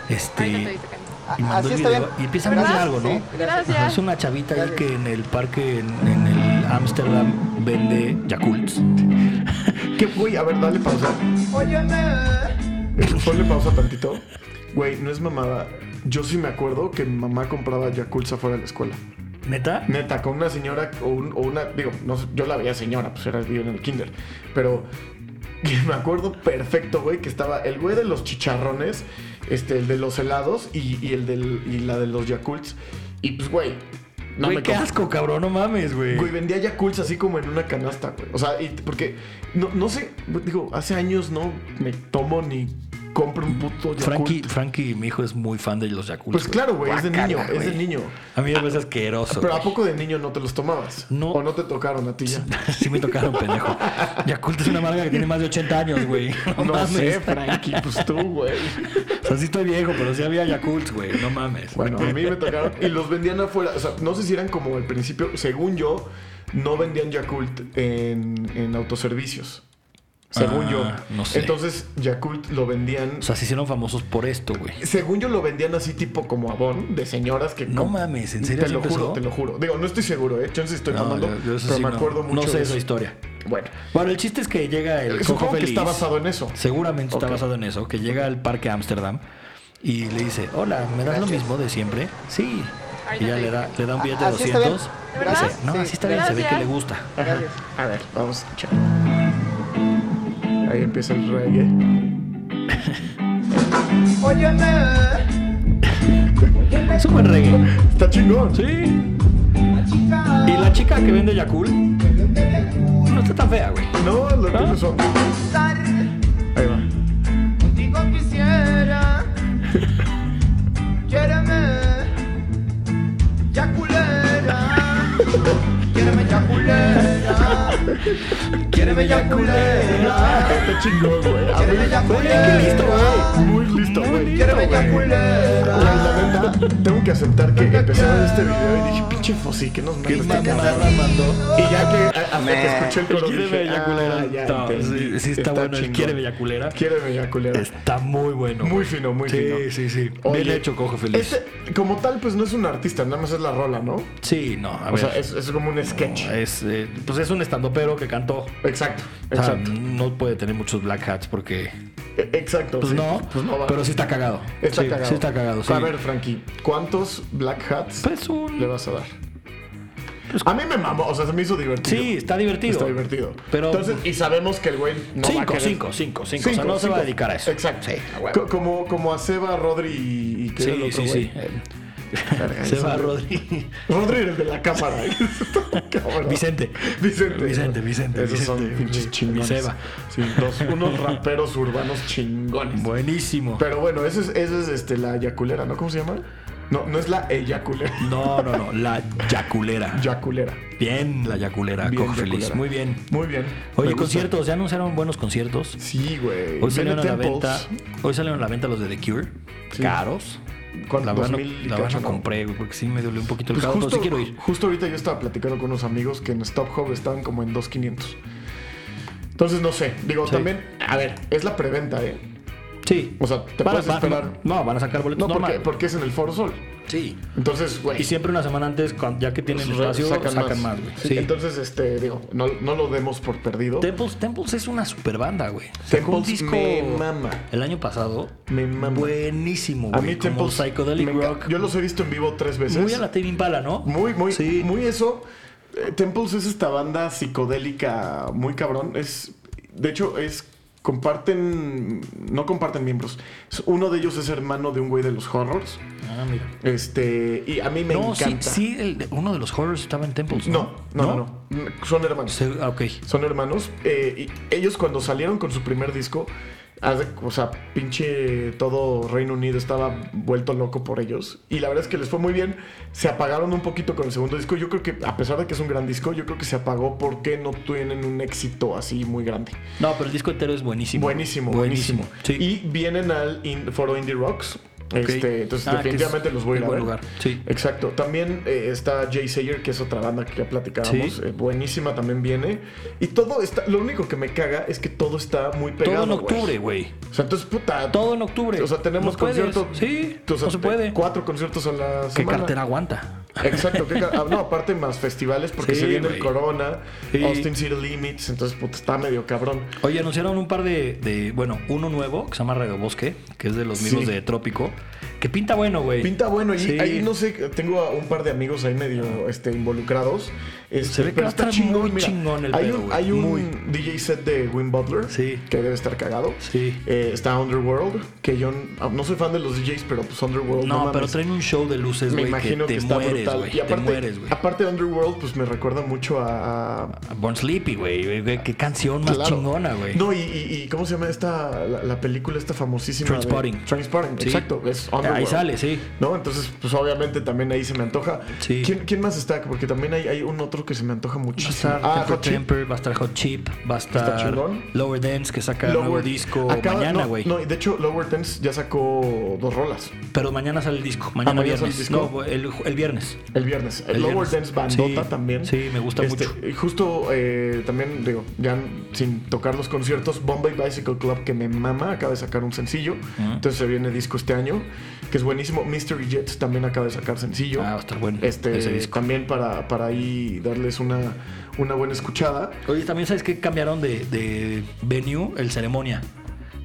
Speaker 5: Ahorita te
Speaker 1: Este.
Speaker 5: dice Cami.
Speaker 4: Ah,
Speaker 1: Y mandó
Speaker 4: así
Speaker 1: el
Speaker 4: está
Speaker 1: video.
Speaker 4: bien.
Speaker 1: Y empieza
Speaker 5: muy
Speaker 4: Gracias.
Speaker 1: largo, ¿no?
Speaker 4: Sí, gracias.
Speaker 1: Ajá,
Speaker 5: Gracias.
Speaker 1: es una chavita ahí
Speaker 4: Gracias.
Speaker 1: que en el parque, en, en el Ámsterdam, vende Yakults.
Speaker 2: ¿Qué, güey? A ver, dale pausa. Eh, Ponle pausa tantito. Güey, no es mamada. Yo sí me acuerdo que mi mamá compraba Yakults afuera de la escuela.
Speaker 1: ¿Neta?
Speaker 2: Neta, con una señora o, un- o una. Digo, no, sé, yo la veía señora, pues era vivo en el kinder. Pero <laughs> que me acuerdo perfecto, güey, que estaba el güey de los chicharrones, este, el de los helados y, y el del, y la de los Yakults. Y pues, güey, no
Speaker 1: Güey,
Speaker 2: me
Speaker 1: qué
Speaker 2: comp-
Speaker 1: asco, cabrón, no mames, güey.
Speaker 2: Güey, vendía Yakults así como en una canasta, güey. O sea, y- porque no, no sé, digo, hace años no me tomo ni compro un puto Yakult.
Speaker 1: Frankie, Frankie, mi hijo, es muy fan de los Yakults.
Speaker 2: Pues claro, güey, es de
Speaker 1: Guácala,
Speaker 2: niño, es de
Speaker 1: güey.
Speaker 2: niño.
Speaker 1: A mí me parece asqueroso.
Speaker 2: Pero ¿a
Speaker 1: güey.
Speaker 2: poco de niño no te los tomabas?
Speaker 1: No.
Speaker 2: ¿O no te tocaron a ti ya?
Speaker 1: <laughs> Sí me tocaron, pendejo. Yakult es una marca que tiene más de 80 años,
Speaker 2: <laughs>
Speaker 1: güey.
Speaker 2: No,
Speaker 1: mames.
Speaker 2: sé, Frankie, pues tú, güey.
Speaker 1: O sea, sí estoy viejo, pero sí había Yakults, güey. No mames.
Speaker 2: Bueno, a mí me tocaron y los vendían afuera. O sea, no sé si eran como al principio, según yo, no vendían Yakult en, en autoservicios. Según
Speaker 1: Ah,
Speaker 2: yo.
Speaker 1: no sé.
Speaker 2: Entonces, Yakult lo vendían.
Speaker 1: O sea, se hicieron famosos por esto, güey.
Speaker 2: Según yo lo vendían así tipo como abón de señoras que...
Speaker 1: No
Speaker 2: com-
Speaker 1: mames, ¿en serio
Speaker 2: Te
Speaker 1: así
Speaker 2: lo juro,
Speaker 1: empezó?
Speaker 2: te lo juro. Digo, no estoy seguro, ¿eh? Entonces estoy
Speaker 1: No,
Speaker 2: tomando,
Speaker 1: yo- yo eso
Speaker 2: pero
Speaker 1: sí
Speaker 2: me
Speaker 1: no-
Speaker 2: acuerdo mucho
Speaker 1: No sé
Speaker 2: de
Speaker 1: esa
Speaker 2: eso.
Speaker 1: historia.
Speaker 2: Bueno, eh,
Speaker 1: Bueno, el chiste es que llega el cojo
Speaker 2: supongo que
Speaker 1: feliz.
Speaker 2: está basado en eso.
Speaker 1: Seguramente
Speaker 2: Ok.
Speaker 1: está basado en eso, que llega al parque Ámsterdam y le dice, hola, ¿me das lo mismo de siempre? Sí.
Speaker 5: Ahorita
Speaker 1: Y ya
Speaker 5: te
Speaker 1: le da, le da un billete de
Speaker 4: Ah, así está bien.
Speaker 1: 200.
Speaker 5: Gracias.
Speaker 1: Dice, no,
Speaker 4: Sí,
Speaker 1: así está bien, se ve que
Speaker 5: gracias.
Speaker 1: le gusta.
Speaker 4: Gracias.
Speaker 2: A ver, vamos a escuchar. Ahí empieza el reggae.
Speaker 1: Es un buen reggae.
Speaker 2: Está chingón.
Speaker 1: Sí. Y la chica que vende Yakul no está tan fea, güey.
Speaker 2: No, lo que
Speaker 1: ¿Ah?
Speaker 2: son. Ahí va.
Speaker 6: Digo quisiera, quiéreme, ya culera, quiéreme ya culera, quiéreme ya culera,
Speaker 2: Está chingón, güey. A
Speaker 6: Quiéreme
Speaker 2: mí-
Speaker 6: ya
Speaker 2: Güey,
Speaker 6: culera.
Speaker 2: qué listo, güey. Muy listo, güey.
Speaker 6: quiéreme ya
Speaker 2: Güey.
Speaker 6: culera.
Speaker 2: Güey, la neta, tengo que aceptar que empezaron este video y dije, pinche Fossi, que nos manda este cabrón?
Speaker 1: mandó.
Speaker 2: Y ya que a- hasta que
Speaker 4: Me-
Speaker 2: escuché el coro
Speaker 1: Quiere
Speaker 2: dije,
Speaker 1: bella culera.
Speaker 2: ah, ya
Speaker 1: Está-
Speaker 2: entendí.
Speaker 1: sí, sí está, bueno. El
Speaker 2: chingón.
Speaker 1: quiere bella culera.
Speaker 2: Quiere bella culera.
Speaker 1: Está muy bueno.
Speaker 2: Muy
Speaker 1: güey.
Speaker 2: fino, muy
Speaker 1: Sí,
Speaker 2: fino.
Speaker 1: sí, sí. Bien
Speaker 2: Oye,
Speaker 1: hecho, cojo feliz.
Speaker 2: este, como tal, pues no es un artista, nada más es la rola, ¿no?
Speaker 1: Sí, no, a
Speaker 2: O
Speaker 1: ver.
Speaker 2: sea, es, es como un sketch.
Speaker 1: es, eh, pues es un estandopero que cantó.
Speaker 2: Exacto,
Speaker 1: O sea,
Speaker 2: exacto.
Speaker 1: no puede tener muchos black hats porque.
Speaker 2: E- Exacto.
Speaker 1: Pues
Speaker 2: sí.
Speaker 1: no,
Speaker 2: Pues no va.
Speaker 1: pero sí está cagado.
Speaker 2: Está
Speaker 1: sí,
Speaker 2: cagado.
Speaker 1: Sí está cagado. Sí.
Speaker 2: A ver, Frankie, ¿cuántos Black Hats
Speaker 1: Pues un-
Speaker 2: le vas a dar? a mí me mamó, o sea, se me hizo divertido.
Speaker 1: Sí, está divertido.
Speaker 2: Está divertido.
Speaker 1: Pero-
Speaker 2: Entonces, y sabemos que el güey no va a
Speaker 1: Cinco,
Speaker 2: querer...
Speaker 1: cinco, cinco, cinco. O sea, no se va a dedicar a eso.
Speaker 2: Exacto.
Speaker 1: Sí, a huevo.
Speaker 2: Co- como, como a Seba, Rodri y... y que
Speaker 1: Sí,
Speaker 2: era el otro
Speaker 1: sí,
Speaker 2: güey.
Speaker 1: sí. Eh, <laughs>
Speaker 2: Verga,
Speaker 1: Se
Speaker 2: eso
Speaker 1: va
Speaker 2: me-
Speaker 1: Rodri.
Speaker 2: Rodri era el de la cámara. <laughs> Cabrón.
Speaker 1: Vicente.
Speaker 2: Vicente.
Speaker 1: Vicente, Vicente,
Speaker 2: Esos son
Speaker 1: Vicente.
Speaker 2: pinches
Speaker 1: Sí,
Speaker 2: chingones.
Speaker 1: Seba.
Speaker 2: Sí, dos- unos raperos urbanos chingones.
Speaker 1: Buenísimo.
Speaker 2: Pero bueno, esa es, esa es este, la yaculera, ¿no? ¿Cómo se llama? No, no es la eyaculera.
Speaker 1: No, no, no. La yaculera.
Speaker 2: Yaculera.
Speaker 1: Bien, la yaculera,
Speaker 2: Bien,
Speaker 1: cojo feliz.
Speaker 2: yaculera.
Speaker 1: Muy bien.
Speaker 2: Muy bien. Me
Speaker 1: Oye,
Speaker 2: gusta.
Speaker 1: conciertos, ya anunciaron buenos conciertos.
Speaker 2: Sí, güey.
Speaker 1: Hoy
Speaker 2: Viene
Speaker 1: salieron a la
Speaker 2: Temples.
Speaker 1: venta. Hoy salieron a la venta los de The Cure.
Speaker 2: Sí.
Speaker 1: Caros.
Speaker 2: ¿Cuánto?
Speaker 1: La verdad, no,
Speaker 2: 2000 y
Speaker 1: la verdad no
Speaker 2: cacho, ¿no?
Speaker 1: compré, güey, porque sí me dolió un poquito el
Speaker 2: Pues
Speaker 1: cabo,
Speaker 2: justo,
Speaker 1: pero sí quiero ir.
Speaker 2: justo ahorita yo estaba platicando con unos amigos que en Stop Hub estaban como en 2.500. Entonces, no sé. Digo,
Speaker 1: Sí.
Speaker 2: también, a ver, es la preventa, ¿eh?
Speaker 1: Sí.
Speaker 2: O sea, te
Speaker 1: Van a-
Speaker 2: puedes
Speaker 1: van-
Speaker 2: esperar.
Speaker 1: no, van a sacar boletos
Speaker 2: No,
Speaker 1: normal.
Speaker 2: porque, porque es en el Foro Sol.
Speaker 1: Sí.
Speaker 2: Entonces, güey.
Speaker 1: Y siempre una semana antes, cuando- ya que tienen
Speaker 2: pues,
Speaker 1: espacio, sacan, más, güey. Sí.
Speaker 2: Entonces, este, digo, no, no lo demos por perdido.
Speaker 1: Temples, Temples es una super banda, güey. Sacó un
Speaker 2: Temples me mama.
Speaker 1: El año pasado.
Speaker 2: Me mama.
Speaker 1: Buenísimo,
Speaker 2: a
Speaker 1: güey.
Speaker 2: mí
Speaker 1: como
Speaker 2: Temples
Speaker 1: Psychedelic
Speaker 2: me enca-
Speaker 1: Rock.
Speaker 2: Yo los he visto en vivo tres veces.
Speaker 1: Muy a la Tame Impala, ¿no?
Speaker 2: Muy, muy,
Speaker 1: Sí.
Speaker 2: muy eso. Eh, Temples es esta banda psicodélica muy cabrón. Es, de hecho, es comparten, no comparten miembros. Es- Uno de ellos es hermano de un güey de los horrors.
Speaker 1: Ah, mira.
Speaker 2: Este, y a mí me
Speaker 1: no, sí,
Speaker 2: encanta.
Speaker 1: sí, el- uno de los horrors estaba en Temples.
Speaker 2: No, no, no, no. Son hermanos.
Speaker 1: Se- ah, ok.
Speaker 2: Son hermanos. eh, y ellos cuando salieron con su primer disco, haz de- o sea, pinche todo Reino Unido estaba vuelto loco por ellos. Y la verdad es que les fue muy bien. Se apagaron un poquito con el segundo disco. Yo creo que, a pesar de que es un gran disco, yo creo que se apagó porque no tienen un éxito así muy grande.
Speaker 1: No, pero el disco entero es buenísimo.
Speaker 2: Buenísimo, buenísimo.
Speaker 1: Sí.
Speaker 2: Y vienen al in- foro Indie Rocks. Este, entonces
Speaker 1: Ah, que es
Speaker 2: definitivamente los voy a ir
Speaker 1: un
Speaker 2: a ver.
Speaker 1: buen lugar, sí.
Speaker 2: Exacto. También eh, está Jay Sayer, que es otra banda que ya platicábamos.
Speaker 1: Sí.
Speaker 2: eh, buenísima también viene. Y todo está. Lo único que me caga es que todo está muy pegado.
Speaker 1: Todo en
Speaker 2: güey.
Speaker 1: octubre, güey.
Speaker 2: O sea, entonces puta.
Speaker 1: Todo en octubre.
Speaker 2: O sea, tenemos
Speaker 1: No puedes.
Speaker 2: conciertos.
Speaker 1: Sí,
Speaker 2: o sea,
Speaker 1: no se puede.
Speaker 2: Cuatro conciertos a la semana.
Speaker 1: ¿Qué cartera aguanta?
Speaker 2: Exacto, que, ah, no, aparte más festivales
Speaker 1: <laughs>
Speaker 2: porque
Speaker 1: Sí,
Speaker 2: se viene
Speaker 1: güey.
Speaker 2: el Corona,
Speaker 1: Sí.
Speaker 2: Austin City Limits, entonces puta, está medio cabrón.
Speaker 1: Oye, anunciaron un par de, de- Bueno, uno nuevo que se llama Radio Bosque, que es de los mismos
Speaker 2: Sí.
Speaker 1: de Trópico, que pinta bueno, güey.
Speaker 2: Pinta bueno, y
Speaker 1: Sí.
Speaker 2: ahí no sé, tengo a un par de amigos ahí medio este, involucrados. Este,
Speaker 1: Se ve que
Speaker 2: pero
Speaker 1: va a
Speaker 2: está
Speaker 1: estar muy chingón el
Speaker 2: hay
Speaker 1: pedo,
Speaker 2: un,
Speaker 1: güey,
Speaker 2: hay un
Speaker 1: muy.
Speaker 2: DJ set de Wim Butler
Speaker 1: Sí.
Speaker 2: que debe estar cagado.
Speaker 1: Sí.
Speaker 2: Eh, está Underworld, que yo n- no soy fan de los DJs, pero pues Underworld.
Speaker 1: No,
Speaker 2: No,
Speaker 1: pero
Speaker 2: mames.
Speaker 1: traen un show de luces,
Speaker 2: Me
Speaker 1: güey.
Speaker 2: imagino que,
Speaker 1: te
Speaker 2: está
Speaker 1: mueres,
Speaker 2: brutal.
Speaker 1: güey.
Speaker 2: y
Speaker 1: Te
Speaker 2: aparte,
Speaker 1: mueres, güey.
Speaker 2: aparte Underworld, pues me recuerda mucho a. a-
Speaker 1: Born Sleepy, güey. güey, Qué canción más
Speaker 2: claro.
Speaker 1: chingona, güey.
Speaker 2: No, y, y- y ¿cómo se llama esta la, la película esta famosísima? de-
Speaker 1: Trainspotting.
Speaker 2: Trainspotting,
Speaker 1: Sí.
Speaker 2: exacto. Es Underworld.
Speaker 1: Ahí sale, sí.
Speaker 2: ¿No? Entonces, pues obviamente también ahí se me antoja.
Speaker 1: Sí.
Speaker 2: ¿Quién, quién más está? Porque también hay, hay un otro que se me antoja
Speaker 1: Va a
Speaker 2: muchísimo.
Speaker 1: estar
Speaker 2: Ah,
Speaker 1: Temper
Speaker 2: Hot Chip.
Speaker 1: Temper, va a estar Hot Chip, va a
Speaker 2: ¿Está
Speaker 1: estar
Speaker 2: chingón?
Speaker 1: Lower Dance, que saca nuevo
Speaker 2: Lower-
Speaker 1: disco
Speaker 2: Acaba-
Speaker 1: mañana,
Speaker 2: no,
Speaker 1: güey.
Speaker 2: No, y de hecho, Lower Tense ya sacó dos rolas
Speaker 1: Pero mañana sale el disco, mañana
Speaker 2: Ah, mañana sale
Speaker 1: viernes.
Speaker 2: el disco.
Speaker 1: No, el, el viernes.
Speaker 2: el viernes.
Speaker 1: El
Speaker 2: Lower
Speaker 1: viernes.
Speaker 2: Tense bandota
Speaker 1: Sí,
Speaker 2: también. Este,
Speaker 1: sí, me gusta mucho.
Speaker 2: Y justo eh, también, digo, ya sin tocar los conciertos, Bombay Bicycle Club, que me mama, acaba de sacar un sencillo. Entonces se viene disco este año, que es buenísimo. Mystery Jets también acaba de sacar sencillo.
Speaker 1: Ah, va a estar bueno
Speaker 2: Este,
Speaker 1: ese disco.
Speaker 2: También para, para ahí darles una, una buena escuchada.
Speaker 1: Oye, también sabes que cambiaron de, de venue el ceremonia.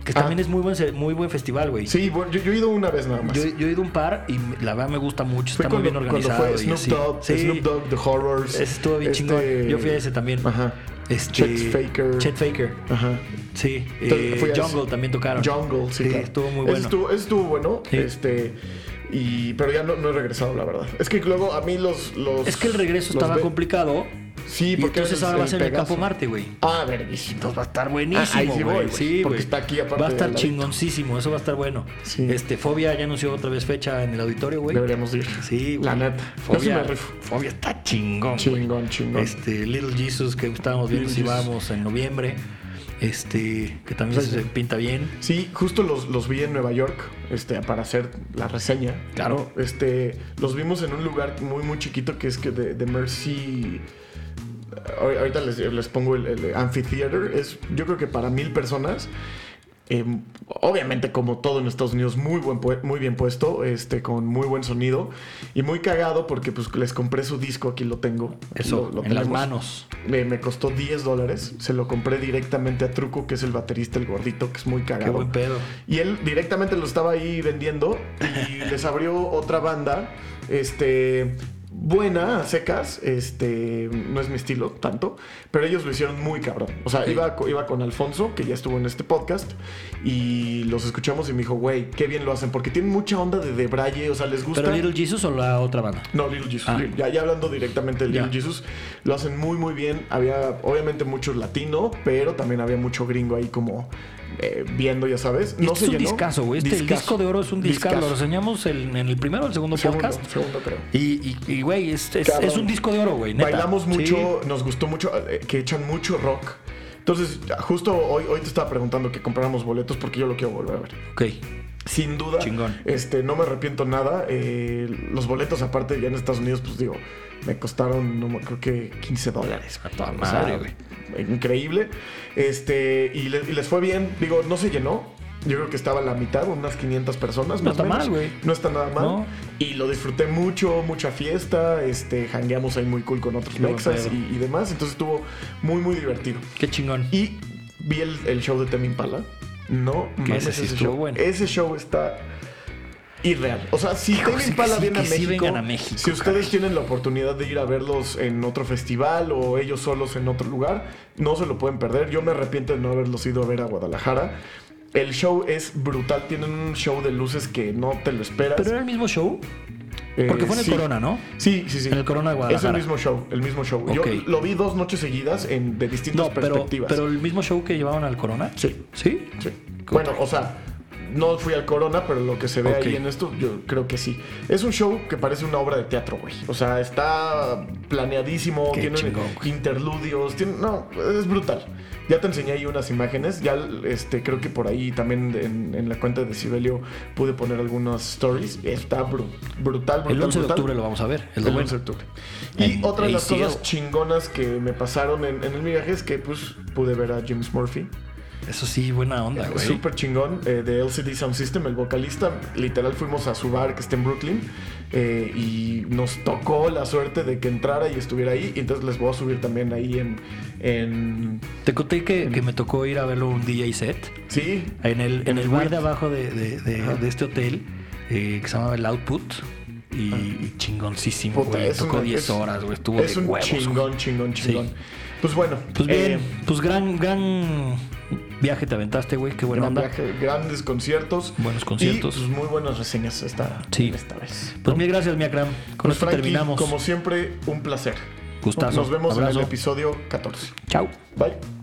Speaker 1: Que
Speaker 2: Ah.
Speaker 1: también es muy buen, ce- muy buen festival, güey.
Speaker 2: Sí, bueno, yo, yo he ido una vez nada más.
Speaker 1: Yo, yo he ido a un par y la verdad me gusta mucho,
Speaker 2: Fue
Speaker 1: está muy bien
Speaker 2: cuando, cuando
Speaker 1: organizado.
Speaker 2: fue
Speaker 1: y
Speaker 2: Snoop
Speaker 1: así.
Speaker 2: Dogg,
Speaker 1: Sí.
Speaker 2: Snoop Dogg, The Horrors.
Speaker 1: Ese estuvo bien
Speaker 2: este-
Speaker 1: chingón. Yo fui a ese también.
Speaker 2: Ajá.
Speaker 1: Este,
Speaker 2: Chet Faker.
Speaker 1: Chet Faker.
Speaker 2: Ajá.
Speaker 1: Sí.
Speaker 2: Entonces,
Speaker 1: eh,
Speaker 2: fui a ese.
Speaker 1: Jungle también tocaron.
Speaker 2: Jungle, sí, claro.
Speaker 1: Estuvo muy
Speaker 2: Ese
Speaker 1: bueno.
Speaker 2: Estuvo, ese estuvo bueno.
Speaker 1: Sí.
Speaker 2: Este, y, pero ya no, no he regresado, la verdad. Es que luego a mí los. los
Speaker 1: Es que el regreso
Speaker 2: los
Speaker 1: estaba
Speaker 2: ve-
Speaker 1: complicado.
Speaker 2: Sí,
Speaker 1: y
Speaker 2: porque
Speaker 1: entonces
Speaker 2: es
Speaker 1: ahora va a
Speaker 2: el
Speaker 1: ser en el
Speaker 2: Pegaso.
Speaker 1: Campo Marte, güey.
Speaker 2: Ah, verguísimo.
Speaker 1: Entonces va a estar
Speaker 2: Ah, ahí
Speaker 1: buenísimo,
Speaker 2: sí voy,
Speaker 1: güey.
Speaker 2: güey,
Speaker 1: sí,
Speaker 2: porque
Speaker 1: güey.
Speaker 2: está aquí aparte
Speaker 1: Va a estar
Speaker 2: del ladito.
Speaker 1: chingoncísimo, eso va a estar bueno.
Speaker 2: Sí.
Speaker 1: Este, Fobia ya anunció otra vez fecha en el auditorio, güey.
Speaker 2: Deberíamos ir.
Speaker 1: Sí, güey.
Speaker 2: La neta. Yo sí me
Speaker 1: Fobia,
Speaker 2: rifo.
Speaker 1: Fobia está chingón. güey.
Speaker 2: Chingón, chingón.
Speaker 1: Este, Little Jesus, que estábamos viendo si
Speaker 2: Little Jesus.
Speaker 1: vamos en noviembre. Este, que también se pinta bien.
Speaker 2: Sí, justo los, los vi en Nueva York, este, para hacer la reseña.
Speaker 1: Claro.
Speaker 2: ¿no? Este, los vimos en un lugar muy, muy chiquito que es que de, de Mercy. Ahor- Ahorita les, les pongo el, el amphitheater. Es, yo creo que para mil personas. Eh, obviamente, como todo en Estados Unidos, muy, buen, pue- muy bien puesto, este, con muy buen sonido y muy cagado porque pues, les compré su disco, aquí lo tengo.
Speaker 1: Eso,
Speaker 2: Lo- lo
Speaker 1: en las
Speaker 2: tenemos.
Speaker 1: manos.
Speaker 2: Me, me costó 10 dólares. Se lo compré directamente a Truco, que es el baterista, el gordito, que es muy cagado.
Speaker 1: Qué buen pedo.
Speaker 2: Y él directamente lo estaba ahí vendiendo y les abrió otra banda, este, buena, a secas, este, no es mi estilo tanto, pero ellos lo hicieron muy cabrón. O sea, iba, co- iba con Alfonso, que ya estuvo en este podcast, y los escuchamos y me dijo, güey, qué bien lo hacen, porque tienen mucha onda de debraye, o sea, les gusta...
Speaker 1: ¿Pero Little Jesus o la otra banda?
Speaker 2: No, Little Jesus.
Speaker 1: Ah.
Speaker 2: Little- ya, ya hablando directamente de Little
Speaker 1: Ya.
Speaker 2: Jesus, lo hacen muy, muy bien. Había, obviamente, mucho latino, pero también había mucho gringo ahí como eh, viendo, ya sabes. No
Speaker 1: este
Speaker 2: se
Speaker 1: es un
Speaker 2: llenó.
Speaker 1: discazo, güey. Este, el
Speaker 2: Discazo.
Speaker 1: disco de oro es un discazo. Lo
Speaker 2: Discazo.
Speaker 1: reseñamos en, en el primero o el segundo,
Speaker 2: Segundo,
Speaker 1: podcast.
Speaker 2: segundo, creo.
Speaker 1: Y, y- y, güey, es, es-
Speaker 2: Cabrón.
Speaker 1: es un disco de oro, güey. neta.
Speaker 2: Bailamos mucho,
Speaker 1: Sí.
Speaker 2: nos gustó mucho, eh, que echan mucho rock. Entonces, justo hoy, hoy te estaba preguntando que compráramos boletos porque yo lo quiero volver a ver.
Speaker 1: Ok.
Speaker 2: Sin duda.
Speaker 1: Chingón.
Speaker 2: Este, no me arrepiento nada. Eh, los boletos, aparte, ya en Estados Unidos, pues digo, me costaron, no me- creo que 15 dólares.
Speaker 1: A toda
Speaker 2: O sea,
Speaker 1: madre, güey.
Speaker 2: Pues Increíble. Este, y, le- y les fue bien. Digo, no se llenó. Yo creo que estaba a la mitad, unas 500 personas.
Speaker 1: No
Speaker 2: más
Speaker 1: está
Speaker 2: o menos.
Speaker 1: mal, güey.
Speaker 2: No está nada mal.
Speaker 1: No.
Speaker 2: Y lo disfruté mucho, mucha fiesta. Este, jangueamos ahí muy cool con otros
Speaker 1: buen
Speaker 2: mexas
Speaker 1: pedo.
Speaker 2: y, y demás. Entonces estuvo muy, muy divertido.
Speaker 1: Qué chingón.
Speaker 2: Y vi el, el show de Temi Impala. No,
Speaker 1: Que
Speaker 2: mames,
Speaker 1: ese sí estuvo
Speaker 2: show.
Speaker 1: bueno.
Speaker 2: Ese show está irreal. O sea, si
Speaker 1: Hijo,
Speaker 2: Temi
Speaker 1: sí,
Speaker 2: Impala
Speaker 1: sí,
Speaker 2: viene a
Speaker 1: que sí
Speaker 2: México,
Speaker 1: vengan a México,
Speaker 2: si ustedes
Speaker 1: caray.
Speaker 2: tienen la oportunidad de ir a verlos en otro festival o ellos solos en otro lugar, no se lo pueden perder. Yo me arrepiento de no haberlos ido a ver a Guadalajara. El show es brutal. Tienen un show de luces que no te lo esperas.
Speaker 1: Pero era el mismo show.
Speaker 2: Eh,
Speaker 1: Porque fue en el
Speaker 2: sí.
Speaker 1: Corona, ¿no?
Speaker 2: Sí, sí, sí.
Speaker 1: En el Corona de
Speaker 2: Es el
Speaker 1: Guadalajara.
Speaker 2: mismo show, el mismo show.
Speaker 1: Ok.
Speaker 2: Yo lo vi dos noches seguidas en, de distintas
Speaker 1: No, pero,
Speaker 2: perspectivas.
Speaker 1: pero el mismo show que llevaban al Corona.
Speaker 2: Sí.
Speaker 1: ¿Sí?
Speaker 2: Sí. Bueno, o sea, no fui al Corona, pero lo que se ve
Speaker 1: Ok.
Speaker 2: ahí en esto, yo creo que sí. Es un show que parece una obra de teatro, güey. O sea, está planeadísimo,
Speaker 1: Qué
Speaker 2: tiene
Speaker 1: chingón, güey.
Speaker 2: interludios, tiene, no, es brutal. Ya te enseñé ahí unas imágenes, ya este, creo que por ahí también en, en la cuenta de Sibelio pude poner algunas stories. Está bru- brutal, brutal.
Speaker 1: El 11 de
Speaker 2: brutal.
Speaker 1: octubre lo vamos a ver. es
Speaker 2: El
Speaker 1: lo bueno.
Speaker 2: 11 de octubre. Y
Speaker 1: En
Speaker 2: otra de las
Speaker 1: ACL.
Speaker 2: cosas chingonas que me pasaron en, en el viaje es que pues pude ver a James Murphy.
Speaker 1: Eso sí, buena onda, güey.
Speaker 2: Súper chingón eh, de LCD Sound System, el vocalista. Literal fuimos a su bar que está en Brooklyn eh, y nos tocó la suerte de que entrara y estuviera ahí. Y entonces les voy a subir también ahí en... en
Speaker 1: Te conté que, que me tocó ir a verlo un DJ set
Speaker 2: sí,
Speaker 1: en el, en el
Speaker 2: el
Speaker 1: bar
Speaker 2: Wit.
Speaker 1: de abajo de, de- de- de este hotel eh, que se llamaba el Output. Y, y chingoncísimo,
Speaker 2: puta,
Speaker 1: güey.
Speaker 2: es
Speaker 1: Tocó
Speaker 2: una-
Speaker 1: 10
Speaker 2: es-
Speaker 1: horas, güey. Estuvo
Speaker 2: Es
Speaker 1: de
Speaker 2: un
Speaker 1: huevos. güey.
Speaker 2: chingón, chingón, chingón.
Speaker 1: Sí.
Speaker 2: Pues bueno.
Speaker 1: Pues bien,
Speaker 2: eh,
Speaker 1: pues gran, gran viaje te aventaste, güey. Qué buena
Speaker 2: gran
Speaker 1: onda.
Speaker 2: viaje, grandes conciertos.
Speaker 1: Buenos conciertos.
Speaker 2: Y pues, muy buenas reseñas esta,
Speaker 1: Sí.
Speaker 2: esta vez.
Speaker 1: Pues mil gracias, mi Akram. Con
Speaker 2: Pues,
Speaker 1: esto
Speaker 2: Frankie,
Speaker 1: terminamos.
Speaker 2: Como siempre, un placer.
Speaker 1: Gustazo.
Speaker 2: Nos vemos en
Speaker 1: Abrazo.
Speaker 2: el episodio 14.
Speaker 1: Chao.
Speaker 2: Bye.